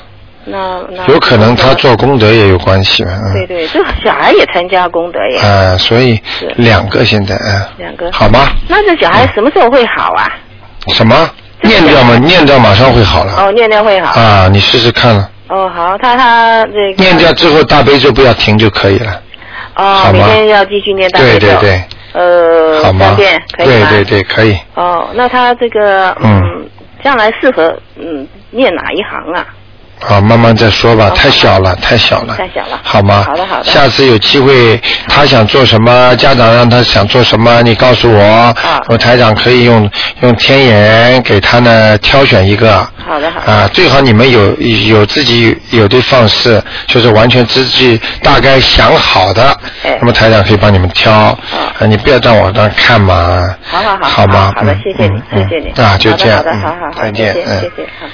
Speaker 4: 那那
Speaker 1: 有可能他。做功德也有关系吧，
Speaker 4: 对
Speaker 1: 嗯，
Speaker 4: 对，这个小孩也参加功德耶，
Speaker 1: 啊，所以
Speaker 4: 是
Speaker 1: 两个现在，嗯，
Speaker 4: 两个。
Speaker 1: 好吗？
Speaker 4: 那这小孩什么时候会好啊？
Speaker 1: 什么？
Speaker 4: 这个
Speaker 1: 念掉嘛，念掉马上会好了，
Speaker 4: 哦，念念会好。
Speaker 1: 啊，你试试看了，
Speaker 4: 哦，好，他他这个。
Speaker 1: 念掉之后大悲咒不要停就可以了，
Speaker 4: 哦
Speaker 1: 好，
Speaker 4: 每
Speaker 1: 吗
Speaker 4: 天要继续念大悲
Speaker 1: 对对
Speaker 4: 咒。
Speaker 1: 对，
Speaker 4: 呃，
Speaker 1: 好吗
Speaker 4: 三遍？可以
Speaker 1: 对
Speaker 4: 吗？
Speaker 1: 对对，可以。
Speaker 4: 哦，那他这个
Speaker 1: 嗯
Speaker 4: 嗯，将来适合嗯念哪一行啊？
Speaker 1: 啊，慢慢再说吧，
Speaker 4: 好
Speaker 1: 太小了，太小了，
Speaker 4: 太小了
Speaker 1: 好吗？
Speaker 4: 好的好的
Speaker 1: 下次有机会，他想做什么，家长让他想做什么，你告诉我，
Speaker 4: 啊
Speaker 1: 我台长可以用用天眼给他呢挑选一个。
Speaker 4: 好的好的
Speaker 1: 啊，最好你们有有自己有的放肆，就是完全自己大概想好的，
Speaker 4: 哎
Speaker 1: 那么台长可以帮你们挑。啊，你不要让我那看嘛。
Speaker 4: 好好好，
Speaker 1: 好吗？
Speaker 4: 好的
Speaker 1: 嗯，
Speaker 4: 谢谢你，
Speaker 1: 嗯
Speaker 4: 谢谢你。
Speaker 1: 嗯啊，就
Speaker 4: 好的
Speaker 1: 这样，
Speaker 4: 好的，
Speaker 1: 嗯
Speaker 4: 好好好，
Speaker 1: 再见，
Speaker 4: 谢谢
Speaker 1: 嗯
Speaker 4: 谢谢，好。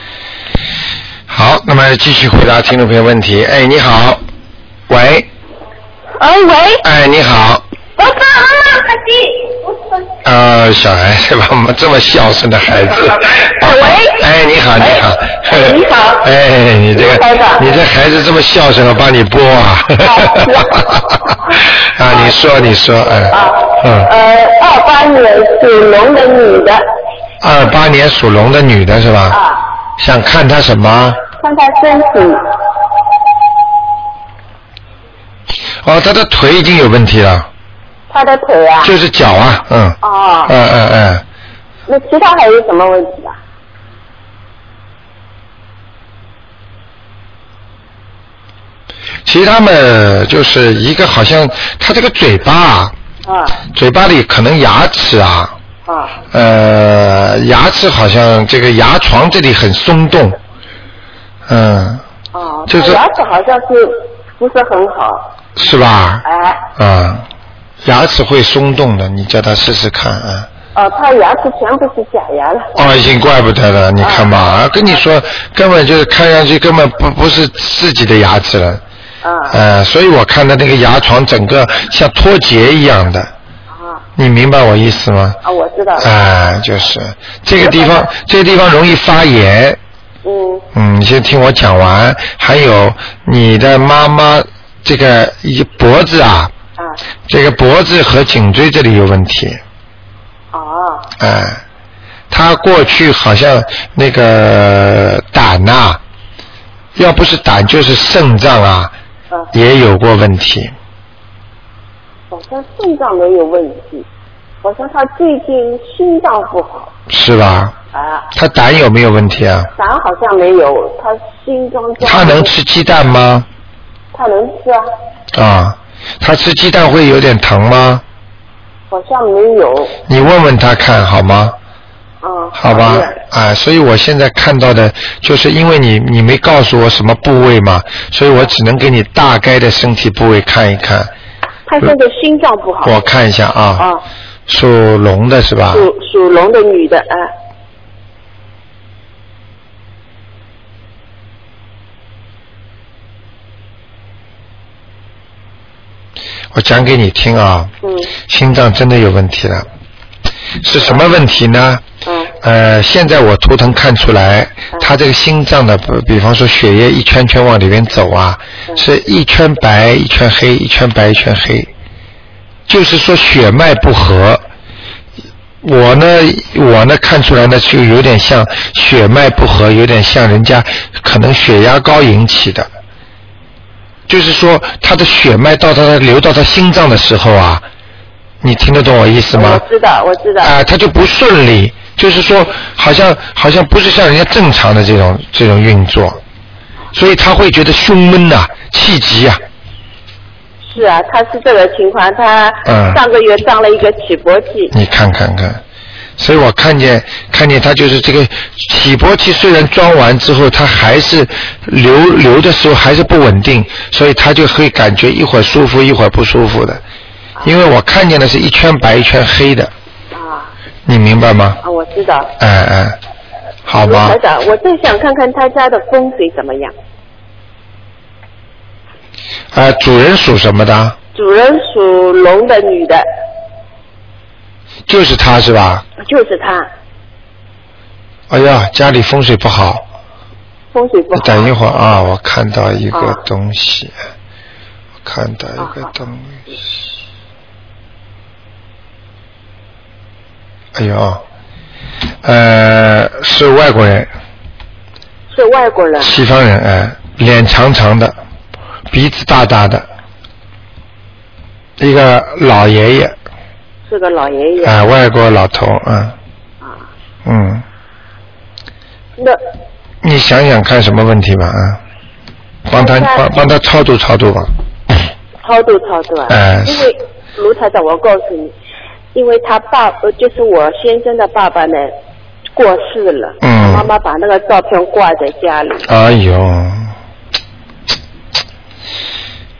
Speaker 1: 好，那么继续回答听众朋友问题。哎，你好，喂，
Speaker 5: 哎喂，
Speaker 1: 哎，你好，
Speaker 5: 我是阿玛哈基。
Speaker 1: 呃，小孩子吧，我们这么孝顺的孩 子。
Speaker 5: 喂
Speaker 1: 哎，你好，你好，
Speaker 5: 哎你好啊
Speaker 1: 哎，你这个
Speaker 5: 台长，
Speaker 1: 你这孩子这么孝顺，我帮你播啊。 啊，你说，你说，哎，
Speaker 2: 啊
Speaker 1: 嗯，
Speaker 5: 呃，二八年属龙的女的，
Speaker 1: 二八年属龙的女的是
Speaker 5: 啊
Speaker 1: 吧？想看她什么？
Speaker 5: 看她身体。
Speaker 1: 哦，她的腿已经有问题了，
Speaker 5: 她的腿啊，
Speaker 1: 就是脚啊，嗯，
Speaker 5: 哦，
Speaker 1: 嗯嗯嗯，
Speaker 5: 那其他还有什么问题啊？
Speaker 1: 其他们就是一个好像她这个嘴巴啊，
Speaker 5: 啊
Speaker 1: 嘴巴里可能牙齿啊，
Speaker 5: 啊
Speaker 1: 呃，牙齿好像这个牙床这里很松动，嗯，
Speaker 5: 啊！
Speaker 1: 就是
Speaker 5: 她牙齿好像是不是很好，
Speaker 1: 是吧？
Speaker 5: 哎，
Speaker 1: 啊，牙齿会松动的，你叫他试试看啊。
Speaker 5: 哦、她牙齿全部是假牙了，
Speaker 1: 哦，已经怪不得了，你看吧，啊跟你说，根本就是看上去根本不不是自己的牙齿了，
Speaker 5: 啊
Speaker 1: 呃，所以我看他那个牙床整个像脱节一样的，
Speaker 5: 啊
Speaker 1: 你明白我意思吗？
Speaker 5: 啊！我知道了，
Speaker 1: 啊，就是这个地方，这个地方容易发炎。
Speaker 5: 嗯
Speaker 1: 嗯，你先听我讲完。还有你的妈妈这个一脖子啊，
Speaker 5: 啊
Speaker 1: 这个脖子和颈椎这里有问题。
Speaker 5: 哦
Speaker 1: 哎、她过去好像那个胆呐、要不是胆就是肾脏啊，
Speaker 5: 嗯，
Speaker 1: 也有过问题。
Speaker 5: 好像肾脏没有问题，好像她最近心脏不好
Speaker 1: 是吧？
Speaker 5: 啊。
Speaker 1: 她胆有没有问题啊？
Speaker 5: 咱好像没有，他心中装。
Speaker 1: 她能？吃鸡蛋吗？
Speaker 5: 他能吃啊，
Speaker 1: 啊，她吃鸡蛋会有点疼吗？
Speaker 5: 好像没有。
Speaker 1: 你问问她看好吗？
Speaker 5: 嗯。
Speaker 1: 好吧
Speaker 5: 的，
Speaker 1: 啊，所以我现在看到的，就是因为你你没告诉我什么部位嘛，所以我只能给你大概的身体部位看一看。
Speaker 5: 他现在心脏不好。
Speaker 1: 我啊看一下啊，
Speaker 5: 啊，
Speaker 1: 属龙的是吧？
Speaker 5: 属属龙的女的，哎、
Speaker 1: 我讲给你听啊，
Speaker 5: 嗯
Speaker 1: 心脏真的有问题了，是什么问题呢？
Speaker 5: 嗯
Speaker 1: 呃，现在我图腾看出来，他这个心脏的，比比方说血液一圈圈往里面走啊，是一圈白一圈黑，一圈白一圈黑，就是说血脉不和。我呢，我呢看出来呢，就有点像血脉不和，有点像人家可能血压高引起的。就是说，他的血脉到他的流到他心脏的时候啊，你听得懂我意思吗？
Speaker 5: 我知道，我知道。
Speaker 1: 啊、它就不顺利，就是说好像好像不是像人家正常的这种这种运作，所以他会觉得胸闷呐、气急啊，
Speaker 5: 是啊，他是这个情况，他
Speaker 1: 嗯
Speaker 5: 上个月上了一个起搏剂。
Speaker 1: 你看看看。所以我看见看见他就是这个起搏器虽然装完之后，他还是流流的时候还是不稳定，所以他就会感觉一会儿舒服一会儿不舒服的，因为我看见的是一圈白一圈黑的，
Speaker 5: 啊
Speaker 1: 你明白吗？
Speaker 5: 啊，我知道。
Speaker 1: 哎哎，好
Speaker 5: 卢
Speaker 1: 吧。
Speaker 5: 台长，我正想看看他家的风水怎么样。
Speaker 1: 呃，主人属什么的？
Speaker 5: 主人属龙的女的，
Speaker 1: 就是他是吧？
Speaker 5: 就是她，
Speaker 1: 哎呀，家里风水不好。
Speaker 5: 风水嗯不好。
Speaker 1: 等一会儿啊，我看到一个
Speaker 5: 啊
Speaker 1: 东西，我看到一个东西。哎呦，呃，是外国人，
Speaker 5: 是外国人。
Speaker 1: 西方人，哎、脸长长的，鼻子大大的，一个老爷爷，
Speaker 5: 是个老爷爷。
Speaker 1: 哎、啊外国老头，嗯，
Speaker 5: 啊，
Speaker 1: 嗯，
Speaker 5: 那
Speaker 1: 你想想看什么问题吧啊，帮他帮帮他超度超度吧。
Speaker 5: 超度超度啊！
Speaker 1: 哎
Speaker 5: 因为卢台长，我告诉你，因为他爸呃，就是我先生的爸爸呢，过世了。
Speaker 1: 嗯
Speaker 5: 妈妈把那个照片挂在家里。
Speaker 1: 哎呦，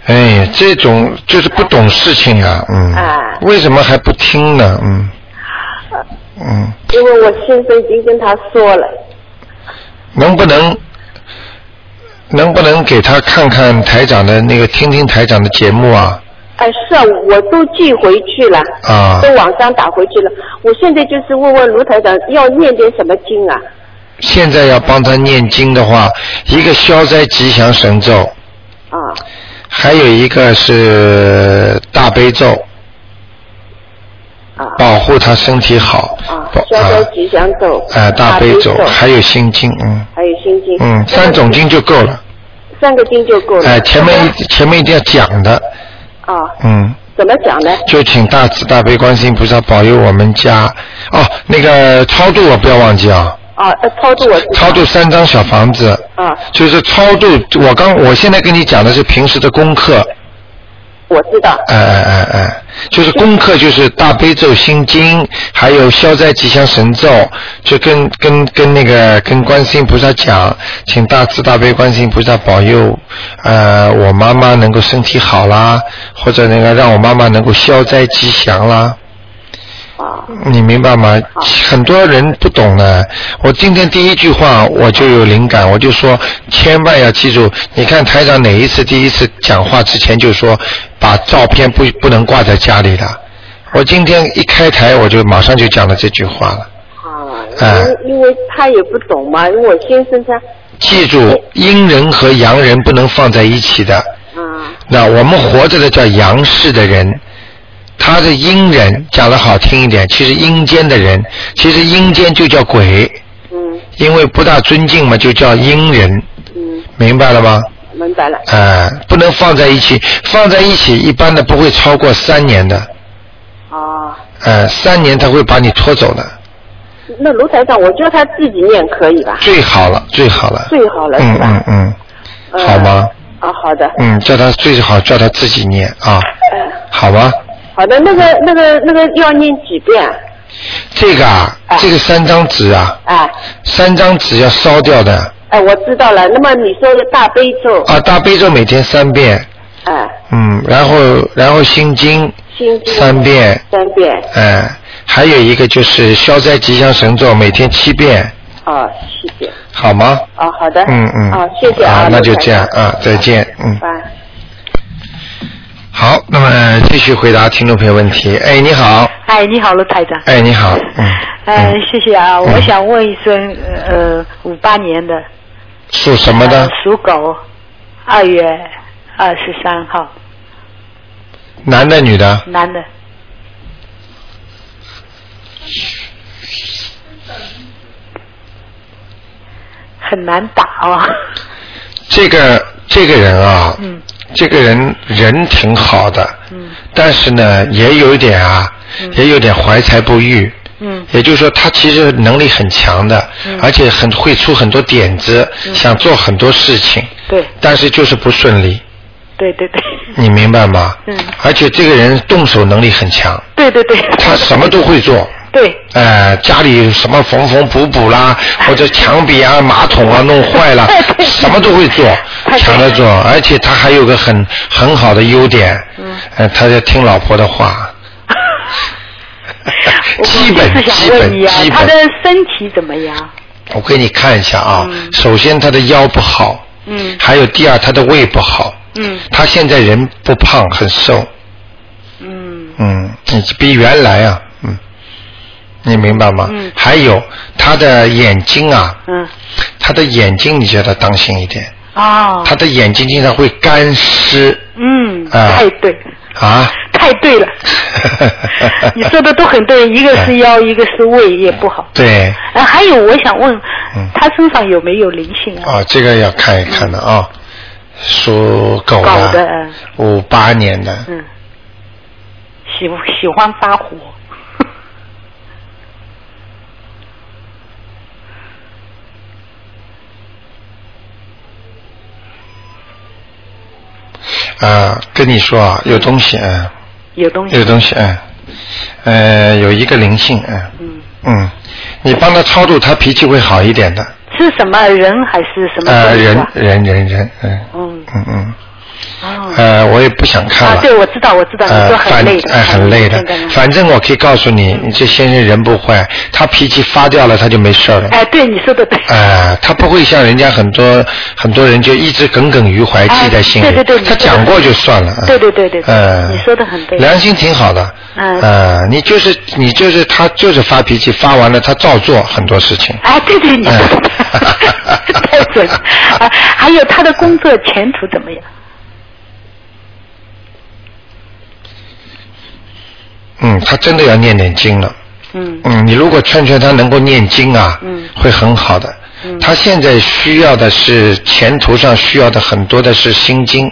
Speaker 1: 哎呀，这种就是不懂事情呀、嗯、
Speaker 5: 哎
Speaker 1: 为什么还不听呢？嗯，嗯，
Speaker 5: 因为我先生已经跟他说了，
Speaker 1: 能不能能不能给他看看台长的那个，听听台长的节目啊？
Speaker 5: 哎，是啊，我都寄回去了，
Speaker 1: 啊
Speaker 5: 都网上打回去了。我现在就是问问卢台长，要念点什么经啊？
Speaker 1: 现在要帮他念经的话，一个消灾吉祥神咒，
Speaker 5: 啊，
Speaker 1: 还有一个是大悲咒，
Speaker 5: 啊
Speaker 1: 保护他身体好。
Speaker 5: 啊
Speaker 1: 保，
Speaker 5: 消
Speaker 1: 啊
Speaker 5: 灾吉祥咒，
Speaker 1: 哎，大悲咒，还
Speaker 5: 还
Speaker 1: 有心经，嗯
Speaker 5: 有心经，
Speaker 1: 嗯，三种经就够了。
Speaker 5: 三个经就够了。
Speaker 1: 哎，前面一前面一定要讲的，
Speaker 5: 啊，
Speaker 1: 嗯，
Speaker 5: 怎么讲呢？
Speaker 1: 就请大慈大悲观世音菩萨保佑我们家。哦，那个超度我不要忘记啊，
Speaker 5: 啊，呃超度我自己
Speaker 1: 超度三张小房子，
Speaker 5: 啊，
Speaker 1: 就是超度。我刚我现在跟你讲的是平时的功课，
Speaker 5: 我知道。
Speaker 1: 哎哎哎哎，就是功课就是大悲咒心经，还有消灾吉祥神咒，就跟跟跟那个跟观世音菩萨讲，请大慈大悲观世音菩萨保佑，呃，我妈妈能够身体好啦，或者那个让我妈妈能够消灾吉祥啦。
Speaker 5: 啊
Speaker 1: 你明白吗？很多人不懂呢。我今天第一句话我就有灵感，我就说千万要记住。你看台长哪一次第一次讲话之前就说把照片不不能挂在家里的。我今天一开台我就马上就讲了这句话了。
Speaker 5: 啊，
Speaker 1: 哎
Speaker 5: 因为因为他也不懂嘛，因为我先生他，
Speaker 1: 记住，阴人和阳人不能放在一起的。
Speaker 5: 啊
Speaker 1: 那我们活着的叫阳世的人，他是阴人，讲的好听一点，其实阴间的人，其实阴间就叫鬼。
Speaker 5: 嗯
Speaker 1: 因为不大尊敬嘛，就叫阴人，
Speaker 5: 嗯，
Speaker 1: 明白了吗？
Speaker 5: 明白了。
Speaker 1: 哎、不能放在一起，放在一起一般的不会超过三年的，
Speaker 5: 啊，
Speaker 1: 呃，三年他会把你拖走的，
Speaker 5: 那卢台长，我叫他自己念可以吧？
Speaker 1: 最好了，最好了，
Speaker 5: 最好了
Speaker 1: 嗯
Speaker 5: 是吧
Speaker 1: 嗯嗯，
Speaker 5: 呃
Speaker 1: 好吗？
Speaker 5: 啊，好的，
Speaker 1: 嗯，叫他最好叫他自己念啊，
Speaker 5: 嗯，
Speaker 1: 好吗？
Speaker 5: 好的，那个那个那个要念几遍啊？
Speaker 1: 这个啊，
Speaker 5: 哎
Speaker 1: 这个三张纸啊，
Speaker 5: 哎
Speaker 1: 三张纸要烧掉的
Speaker 5: 哎，我知道了。那么你说的大悲咒，
Speaker 1: 啊，大悲咒每天三遍，
Speaker 5: 哎，
Speaker 1: 嗯，然后然后心经
Speaker 5: 心经
Speaker 1: 三遍，
Speaker 5: 三遍，
Speaker 1: 嗯，还有一个就是消灾吉祥神咒，每天七遍，
Speaker 5: 啊，七遍，
Speaker 1: 好吗？
Speaker 5: 啊，好的，
Speaker 1: 嗯嗯。
Speaker 5: 啊，谢谢
Speaker 1: 啊
Speaker 5: 啊，，
Speaker 1: 那就
Speaker 5: 卢台
Speaker 1: 这样
Speaker 5: 长
Speaker 1: 啊，再见，嗯。
Speaker 5: 拜。
Speaker 1: 好，那么继续回答听众朋友问题。哎，你好，
Speaker 2: 哎，你好，卢台长。
Speaker 1: 哎，你好，嗯。
Speaker 5: 哎
Speaker 2: 呃，
Speaker 1: 嗯
Speaker 2: 谢谢啊，
Speaker 1: 嗯
Speaker 2: 我想问一声，呃，五八年的，
Speaker 1: 属什么
Speaker 2: 呃
Speaker 1: 的？
Speaker 2: 属狗，二月二十三号，
Speaker 1: 男的，女的？
Speaker 2: 男的，很难打哦。
Speaker 1: 这个这个人啊，
Speaker 2: 嗯
Speaker 1: 这个人人挺好的，
Speaker 2: 嗯
Speaker 1: 但是呢，也有一点啊，也有点怀才不遇。
Speaker 2: 嗯
Speaker 1: 也就是说，他其实能力很强的，
Speaker 2: 嗯
Speaker 1: 而且很会出很多点子，想做很多事情，
Speaker 2: 对
Speaker 1: 但是就是不顺利，
Speaker 2: 对对对
Speaker 1: 你明白吗？
Speaker 2: 嗯
Speaker 1: 而且这个人动手能力很强，
Speaker 2: 对对对，
Speaker 1: 他什么都会做。
Speaker 2: 对哎
Speaker 1: 呃，家里什么缝缝补补啦，或者墙壁啊、马桶啊弄坏 了，什么都会做，
Speaker 2: 太对
Speaker 1: 抢着做。而且他还有个很很好的优点，
Speaker 2: 嗯
Speaker 1: 呃，他在听老婆的话，
Speaker 2: 我
Speaker 1: 基本
Speaker 2: 就是
Speaker 1: 基
Speaker 2: 想问
Speaker 1: 本
Speaker 2: 你啊
Speaker 1: 基，
Speaker 2: 他
Speaker 1: 本
Speaker 2: 的。身体怎么样？
Speaker 1: 我给你看一下啊，
Speaker 2: 嗯
Speaker 1: 首先他的腰不好，
Speaker 2: 嗯
Speaker 1: 还有第二他的胃不好，
Speaker 2: 嗯
Speaker 1: 他现在人不胖，很瘦，
Speaker 2: 嗯
Speaker 1: 嗯，比原来啊，嗯，你明白吗？
Speaker 2: 嗯
Speaker 1: 还有他的眼睛啊，
Speaker 2: 嗯
Speaker 1: 他的眼睛你叫他当心一点，
Speaker 2: 哦，
Speaker 1: 他的眼睛经常会干湿
Speaker 2: 嗯，
Speaker 1: 啊
Speaker 2: 太对了，
Speaker 1: 啊。
Speaker 2: 太对 了， 你说的都很对，一个是腰，一个是胃也不好。
Speaker 1: 哎对，
Speaker 2: 啊，还有我想问
Speaker 1: 嗯，
Speaker 2: 他身上有没有灵性啊？
Speaker 1: 哦，这个要看一看的啊、属狗
Speaker 2: 狗的嗯
Speaker 1: 五八年的，
Speaker 2: 嗯，喜喜欢发火，
Speaker 1: 啊，跟你说啊，有东西，嗯，
Speaker 2: 有东西。
Speaker 1: 有东西，嗯，呃，有一个灵性，嗯，
Speaker 2: 嗯，
Speaker 1: 嗯，你帮他超度，他脾气会好一点的，
Speaker 2: 是什么人还是什么
Speaker 1: 呃，
Speaker 2: 东西
Speaker 1: 人
Speaker 2: 啊？
Speaker 1: 人人人，嗯，
Speaker 2: 嗯，
Speaker 1: 嗯嗯，
Speaker 2: 哦，
Speaker 1: 呃，我也不想看
Speaker 2: 啊，
Speaker 1: 了。
Speaker 2: 对，我知道，我知道，你
Speaker 1: 呃
Speaker 2: 说，
Speaker 1: 反
Speaker 2: 很累的，嗯
Speaker 1: 哎，很累的
Speaker 2: 现在。
Speaker 1: 反正我可以告诉你，你这先生人不坏，他脾气发掉了，他就没事儿了。
Speaker 2: 哎，对，你说的对。
Speaker 1: 啊，他不会像人家很多很多人就一直耿耿于怀，记在心里。
Speaker 2: 哎对对对你
Speaker 1: 他
Speaker 2: 说的
Speaker 1: 讲过就算了。啊
Speaker 2: 对对对对对
Speaker 1: 嗯，
Speaker 2: 你说得很对
Speaker 1: 良心挺好的。
Speaker 2: 嗯
Speaker 1: 呃，你就是你就是他就是发脾气，发完了他照做很多事情。
Speaker 2: 哎，对对，你说的
Speaker 1: 哎
Speaker 2: 太准了。啊，还有他的工作前途怎么样？
Speaker 1: 嗯，他真的要念念经了。
Speaker 2: 嗯
Speaker 1: 嗯，你如果劝劝他能够念经啊，
Speaker 2: 嗯
Speaker 1: 会很好的。
Speaker 2: 嗯
Speaker 1: 他现在需要的是前途上需要的很多的是心经，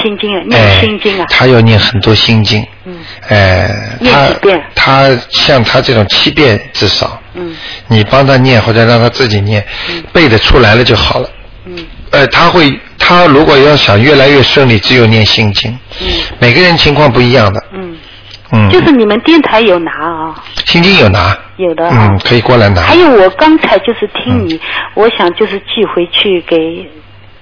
Speaker 2: 心经啊，
Speaker 1: 哎
Speaker 2: 念，心经啊。
Speaker 1: 他要念很多心经，
Speaker 2: 嗯
Speaker 1: 哎，
Speaker 2: 念
Speaker 1: 他
Speaker 2: 几遍
Speaker 1: 他像他这种七遍至少，
Speaker 2: 嗯
Speaker 1: 你帮他念或者让他自己念，背得出来了就好了。
Speaker 2: 嗯
Speaker 1: 呃，他会，他如果要想越来越顺利，只有念心经。
Speaker 2: 嗯
Speaker 1: 每个人情况不一样的，
Speaker 2: 嗯，
Speaker 1: 嗯，
Speaker 2: 就是你们电台有拿啊，
Speaker 1: 心经有拿，
Speaker 2: 有的啊。
Speaker 1: 嗯，可以过来拿。
Speaker 2: 还有我刚才就是听
Speaker 1: 嗯
Speaker 2: 你，我想就是寄回去给。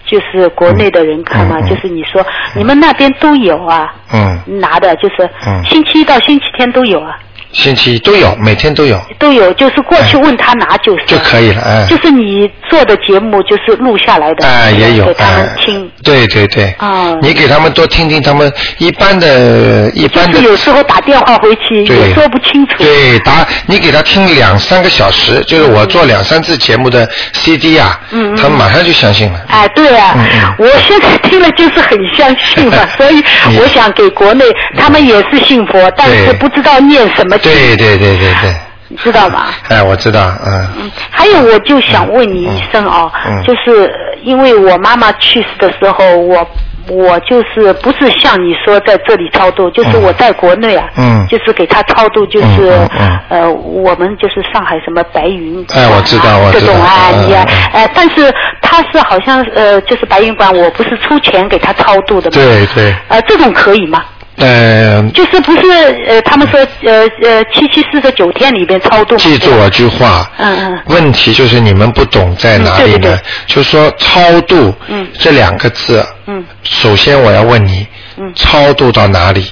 Speaker 2: 就是国内的人看嘛，
Speaker 1: 嗯嗯嗯
Speaker 2: 就是你说、你们那边都有啊，
Speaker 1: 嗯，
Speaker 2: 拿的就是
Speaker 1: 嗯
Speaker 2: 星期一到星期天都有啊，
Speaker 1: 星期一都有，每天都有
Speaker 2: 都有，就是过去问他拿就是、
Speaker 1: 就可以了，哎
Speaker 2: 就，是你做的节目就是录下来的，
Speaker 1: 哎也有，
Speaker 2: 给他
Speaker 1: 哎
Speaker 2: 们听。，
Speaker 1: 对对对，
Speaker 2: 哦
Speaker 1: 你给他们多听听他们一般的，一
Speaker 2: 就
Speaker 1: 般的
Speaker 2: 是，有时候打电话回去
Speaker 1: 对
Speaker 2: 也说不清楚。
Speaker 1: 对，答你给他听两三个小时，就是我做两三次节目的 CD 啊，
Speaker 2: 嗯嗯
Speaker 1: 他们马上就相信了。
Speaker 2: 哎，对啊，
Speaker 1: 嗯嗯，
Speaker 2: 我现在听了就是很相信了 所以我想给国内
Speaker 1: 嗯
Speaker 2: 他们也是信佛，但是不知道念什么经，
Speaker 1: 对对对对对，
Speaker 2: 你知道吧？
Speaker 1: 哎，我知道，嗯，
Speaker 2: 嗯，还有我就想问你一声哦，
Speaker 1: 嗯嗯
Speaker 2: 就是因为我妈妈去世的时候，我我就是不是像你说在这里超度，就是
Speaker 1: 嗯
Speaker 2: 我在国内啊，
Speaker 1: 嗯
Speaker 2: 就是给她超度，就是、
Speaker 1: 嗯嗯嗯
Speaker 2: 呃，我们就是上海什么白云馆啊，
Speaker 1: 哎我知道我
Speaker 2: 这
Speaker 1: 知道
Speaker 2: 种啊，
Speaker 1: 嗯
Speaker 2: 你啊
Speaker 1: 嗯嗯，
Speaker 2: 哎、但是她是好像呃，就是白云馆，我不是出钱给她超度的嘛，
Speaker 1: 对对，
Speaker 2: 呃，这种可以吗？
Speaker 1: 嗯，
Speaker 2: 就是不是呃，他们说呃呃七七四十九天里边超度嘛，
Speaker 1: 记住
Speaker 2: 对吧
Speaker 1: 我句话，
Speaker 2: 嗯嗯。
Speaker 1: 问题就是你们不懂在哪里
Speaker 2: 嗯对对
Speaker 1: 呢
Speaker 2: 对？
Speaker 1: 就说超度
Speaker 2: 嗯
Speaker 1: 这两个字，
Speaker 2: 嗯
Speaker 1: 首先我要问你
Speaker 2: 嗯，
Speaker 1: 超度到哪里？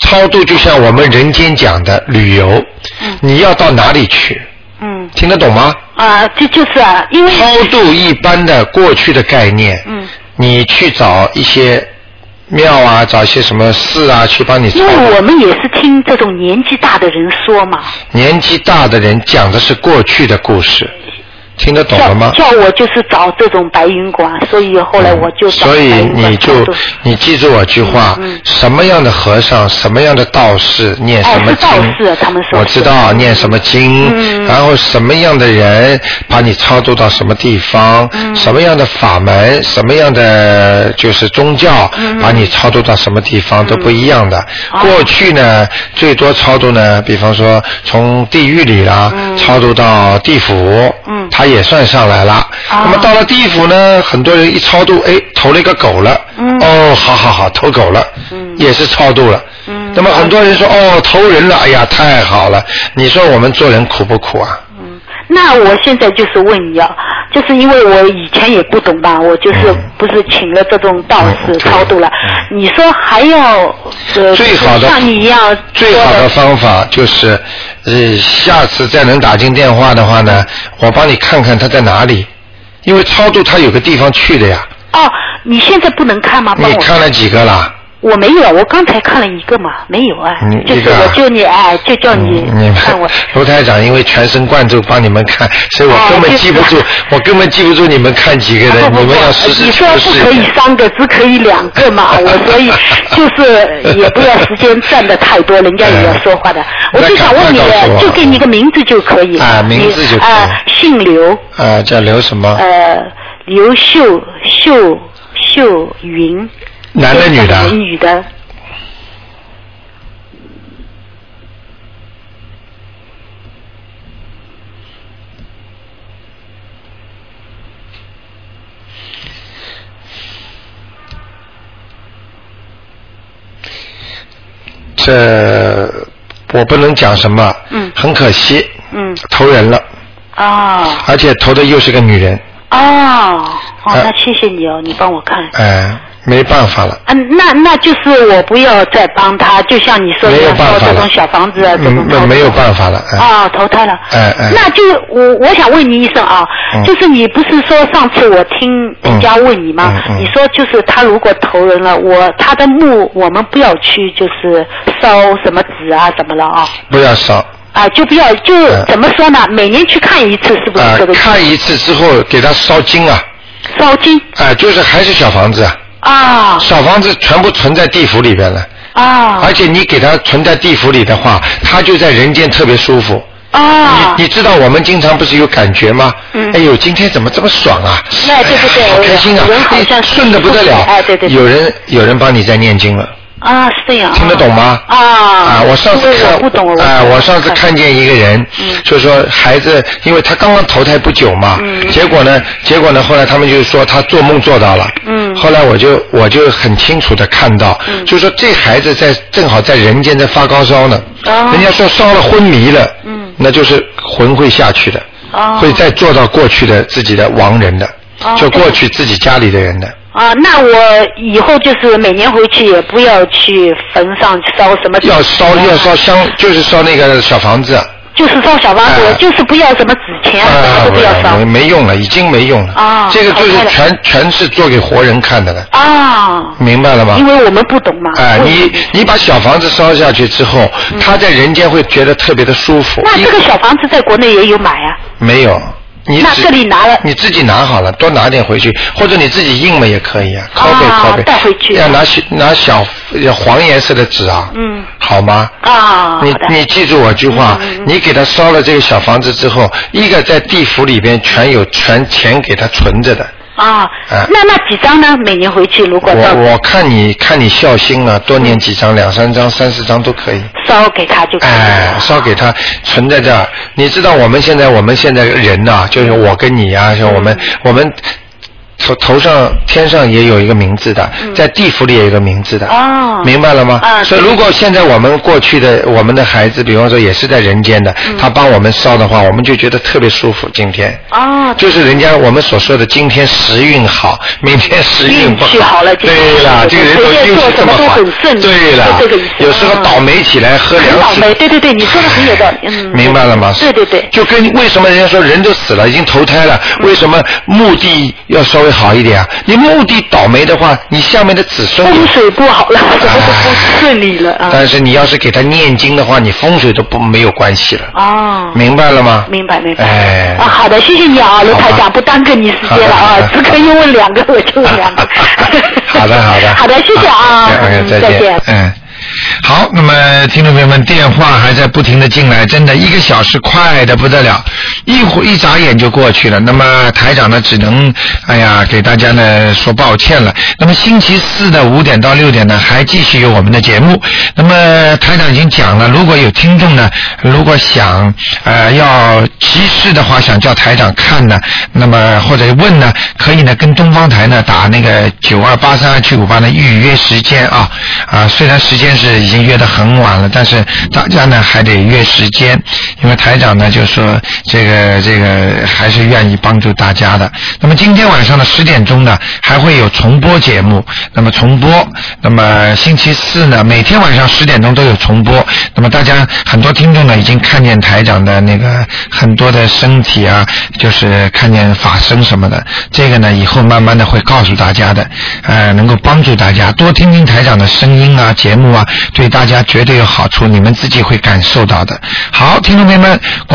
Speaker 1: 超度就像我们人间讲的旅游，你要到哪里去？
Speaker 2: 嗯。
Speaker 1: 听得懂吗？
Speaker 2: 啊，这就是啊，因为
Speaker 1: 超度一般的过去的概念，
Speaker 2: 嗯，
Speaker 1: 你去找一些庙啊，找一些什么寺啊，去帮你超
Speaker 2: 因为我
Speaker 1: 度。
Speaker 2: 们也是听这种年纪大的人说嘛，
Speaker 1: 年纪大的人讲的是过去的故事，听得懂了
Speaker 2: 叫
Speaker 1: 吗？
Speaker 2: 叫我就是找这种白云馆，所以后来我就
Speaker 1: 嗯
Speaker 2: 找
Speaker 1: 所以
Speaker 2: 白云馆
Speaker 1: 你就
Speaker 2: 做的
Speaker 1: 你记住我句话、
Speaker 2: 嗯
Speaker 1: 什么样的和尚，什么样的道士念什么经，
Speaker 2: 哎是道士他们说
Speaker 1: 我知道
Speaker 2: 是
Speaker 1: 念什么经、
Speaker 2: 嗯
Speaker 1: 然后什么样的人把你超度到什么地方，
Speaker 2: 嗯
Speaker 1: 什么样的法门，什么样的就是宗教、
Speaker 2: 嗯
Speaker 1: 把你超度到什么地方、都不一样的。
Speaker 2: 哦
Speaker 1: 过去呢，最多超度呢，比方说从地狱里啦、
Speaker 2: 嗯
Speaker 1: 超度到地府，
Speaker 2: 嗯
Speaker 1: 他也算上来了。
Speaker 2: 哦
Speaker 1: 那么到了地府呢，很多人一超度，哎，投了一个狗了。
Speaker 2: 嗯
Speaker 1: 哦，好好好，投狗了。
Speaker 2: 嗯
Speaker 1: 也是超度了。
Speaker 2: 嗯
Speaker 1: 那么很多人说，哦，投人了，哎呀，太好了。你说我们做人苦不苦啊？
Speaker 2: 嗯那我现在就是问你啊，就是因为我以前也不懂吧，我就是
Speaker 1: 嗯
Speaker 2: 不是请了这种道
Speaker 1: 嗯
Speaker 2: 士
Speaker 1: 对
Speaker 2: 超度了，
Speaker 1: 嗯
Speaker 2: 你说还要呃，
Speaker 1: 最好的
Speaker 2: 像你一样
Speaker 1: 最好的方法就是，呃，下次再能打进电话的话呢，我帮你看看他在哪里，因为超度他有个地方去的呀。
Speaker 2: 哦，你现在不能看吗？帮
Speaker 1: 你
Speaker 2: 我
Speaker 1: 看了几个啦？
Speaker 2: 我没有，我刚才看了一个嘛，没有啊
Speaker 1: 你，
Speaker 2: 就
Speaker 1: 一
Speaker 2: 是
Speaker 1: 个啊嗯
Speaker 2: 我就你哎，就叫你
Speaker 1: 你
Speaker 2: 看我
Speaker 1: 们。 卢台长因为全神贯注帮你们看，所以我
Speaker 2: 哎
Speaker 1: 根本
Speaker 2: 就是
Speaker 1: 记不住，我根本记不住你们看几个
Speaker 2: 啊
Speaker 1: 人，
Speaker 2: 不不
Speaker 1: 你
Speaker 2: 不
Speaker 1: 们要实，时
Speaker 2: 你
Speaker 1: 求
Speaker 2: 说不
Speaker 1: 是。
Speaker 2: 可以三个，只可以两个嘛。 我所以就是也不要时间占的太多，人家也要说话的。我就想问
Speaker 1: 哎
Speaker 2: 你
Speaker 1: 那赶快告诉我，
Speaker 2: 就给你个名字就可以。
Speaker 1: 啊名字就可以
Speaker 2: 你啊，姓刘，
Speaker 1: 啊，叫刘什么？
Speaker 2: 呃，刘秀秀秀云。
Speaker 1: 男的啊女的？
Speaker 2: 女的。
Speaker 1: 这我不能讲什么，
Speaker 2: 嗯
Speaker 1: 很可惜，
Speaker 2: 嗯，
Speaker 1: 投人了，
Speaker 2: 哦
Speaker 1: 而且投的又是个女人，
Speaker 2: 哦，哦，
Speaker 1: 呃
Speaker 2: 那谢谢你哦，你帮我看。
Speaker 1: 哎、没办法了，
Speaker 2: 嗯，那那就是我不要再帮他，就像你说
Speaker 1: 没
Speaker 2: 的，
Speaker 1: 有办
Speaker 2: 说
Speaker 1: 法
Speaker 2: 这
Speaker 1: 了
Speaker 2: 种小房子啊，这
Speaker 1: 嗯
Speaker 2: 种投
Speaker 1: 没没有办法了，哎、
Speaker 2: 啊、投胎了。
Speaker 1: 哎哎
Speaker 2: 那就我我想问你一声啊，
Speaker 1: 嗯
Speaker 2: 就是你不是说上次我听人家问你吗？
Speaker 1: 嗯嗯嗯
Speaker 2: 你说就是他如果投人了，我他的墓我们不要去就是烧什么纸啊什么了啊
Speaker 1: 不要烧。
Speaker 2: 啊就不要就
Speaker 1: 嗯
Speaker 2: 怎么说呢？每年去看一次是不
Speaker 1: 啊、
Speaker 2: 是这个意思？
Speaker 1: 看一次之后给他烧金啊，
Speaker 2: 烧金
Speaker 1: 啊、就是还是小房子，啊，
Speaker 2: 啊
Speaker 1: 小房子全部存在地府里边了，
Speaker 2: 啊
Speaker 1: 而且你给他存在地府里的话，他就在人间特别舒服。
Speaker 2: 啊！
Speaker 1: 你你知道我们经常不是有感觉吗？
Speaker 2: 嗯
Speaker 1: 哎呦，今天怎么这么爽啊？
Speaker 2: 哎对对对
Speaker 1: 哎呀好开心啊！
Speaker 2: 人好像
Speaker 1: 哎顺的不得了。
Speaker 2: 哎对对对
Speaker 1: 有人有人帮你在念经了，
Speaker 2: 啊，是这样啊。
Speaker 1: 听得懂吗？
Speaker 2: 啊
Speaker 1: 啊，我上次
Speaker 2: 因为
Speaker 1: 看，
Speaker 2: 我不懂我
Speaker 1: 啊，
Speaker 2: 不
Speaker 1: 我上次看见一个人，
Speaker 2: 嗯
Speaker 1: 就说孩子，因为他刚刚投胎不久嘛，
Speaker 2: 嗯
Speaker 1: 结果呢，结果呢，后来他们就说他做梦做到了，
Speaker 2: 嗯
Speaker 1: 后来我就我就很清楚的看到，就说这孩子在正好在人间在发高烧呢，
Speaker 2: 哦
Speaker 1: 人家说烧了昏迷了，
Speaker 2: 嗯
Speaker 1: 那就是魂会下去的，
Speaker 2: 哦
Speaker 1: 会再做到过去的自己的亡人的，
Speaker 2: 哦
Speaker 1: 就过去自己家里的人的，
Speaker 2: 啊，那我以后就是每年回去也不要去坟上烧什么纸
Speaker 1: 要烧
Speaker 2: 钱啊
Speaker 1: 要烧香，就是烧那个小房子。啊
Speaker 2: 就是烧小房子，
Speaker 1: 哎
Speaker 2: 我就是不要什么纸钱啊，什
Speaker 1: 啊
Speaker 2: 么都不要烧
Speaker 1: 没没用了，已经没用了。
Speaker 2: 啊
Speaker 1: 这个就是
Speaker 2: 淘汰了
Speaker 1: 全全是做给活人看的了，
Speaker 2: 啊，
Speaker 1: 明白了吗
Speaker 2: 因？为我们不懂嘛。
Speaker 1: 哎，
Speaker 2: 我嗯
Speaker 1: 你你把小房子烧下去之后，他在人间会觉得特别的舒服。
Speaker 2: 那这个小房子在国内也有买啊，
Speaker 1: 没有，你
Speaker 2: 那
Speaker 1: 只
Speaker 2: 这里拿了
Speaker 1: 你自己拿好了，多拿点回去，或者你自己印了也可以啊，拷贝
Speaker 2: 啊
Speaker 1: 拷贝，
Speaker 2: 带回去
Speaker 1: 要拿小拿小要黄颜色的纸啊，
Speaker 2: 嗯，
Speaker 1: 好吗？
Speaker 2: 啊，
Speaker 1: 你
Speaker 2: 好的嗯
Speaker 1: 你记住我句话，你给他烧了这个小房子之后，一个在地府里边全有全钱给他存着的。
Speaker 2: 啊
Speaker 1: 哎，
Speaker 2: 那那几张呢？每年回去如果到
Speaker 1: 我我看你看你孝心了，多念几张，两三张、三四张都可以。
Speaker 2: 烧给他嗯就可以
Speaker 1: 哎，
Speaker 2: 了。
Speaker 1: 烧给他存在这儿。你知道我们现在我们现在人呐、就是
Speaker 2: 嗯
Speaker 1: 我跟你啊，像我们、我们头头上天上也有一个名字的，在地府里也有一个名字的。
Speaker 2: 哦
Speaker 1: 明白了吗？
Speaker 2: 嗯啊
Speaker 1: 所以如果现在我们过去的我们的孩子，比方说也是在人间的，
Speaker 2: 嗯
Speaker 1: 他帮我们烧的话，我们就觉得特别舒服。今天。
Speaker 2: 哦，
Speaker 1: 就是人家我们所说的，今天时运好，明天时运不
Speaker 2: 运气
Speaker 1: 好
Speaker 2: 好了今天
Speaker 1: 对了，这
Speaker 2: 就是
Speaker 1: 个人
Speaker 2: 随
Speaker 1: 运
Speaker 2: 便
Speaker 1: 气
Speaker 2: 做
Speaker 1: 这
Speaker 2: 什么
Speaker 1: 好，
Speaker 2: 都很顺
Speaker 1: 对了
Speaker 2: 就这个意思，
Speaker 1: 有时候
Speaker 2: 嗯
Speaker 1: 倒霉起来喝
Speaker 2: 很
Speaker 1: 凉
Speaker 2: 倒
Speaker 1: 水，
Speaker 2: 霉，对对对，你说的很有道理，嗯，
Speaker 1: 明白了吗？
Speaker 2: 对对对，嗯
Speaker 1: 就跟为什么人家说人都死了，已经投胎了，为什么墓地要稍微好一点啊？你墓地倒霉的话，你下面的子孙也
Speaker 2: 风水不好了，什么都不
Speaker 1: 哎
Speaker 2: 顺利了啊。
Speaker 1: 但是你要是给他念经的话，你风水都不没有关系了，
Speaker 2: 哦，
Speaker 1: 明白了吗？
Speaker 2: 明白明白。
Speaker 1: 哎
Speaker 2: 啊，好的，谢谢你啊，卢台
Speaker 1: 好吧
Speaker 2: 长，不耽搁你时间了
Speaker 1: 好的好
Speaker 2: 啊，
Speaker 1: 的。
Speaker 2: 只可以问两个我就问 两个
Speaker 1: 好的，好的。 哎
Speaker 2: 好的，谢谢啊，
Speaker 1: OK，
Speaker 2: 嗯
Speaker 1: 再
Speaker 2: 再见。
Speaker 1: 嗯。好，那么听众朋友们，电话还在不停的进来，真的一个小时快的不得了，一会一眨眼就过去了。那么台长呢，只能哎呀给大家呢说抱歉了。那么星期四的五点到六点呢，还继续有我们的节目。那么台长已经讲了，如果有听众呢，如果想呃要急事的话，想叫台长看呢，那么或者问呢，可以呢跟东方台呢打那个九二八三二七五八呢预约时间啊啊，虽然时间是已经约得很晚了，但是大家呢还得约时间，因为台长呢就说这个这个还是愿意帮助大家的。那么今天晚上的十点钟呢还会有重播节目，那么重播，那么星期四呢每天晚上十点钟都有重播，那么大家很多听众呢已经看见台长的那个很多的身体啊，就是看见法身什么的，这个呢以后慢慢的会告诉大家的，呃，能够帮助大家多听听台长的声音啊、节目啊，对大家绝对有好处，你们自己会感受到的。好，听众朋友们，广。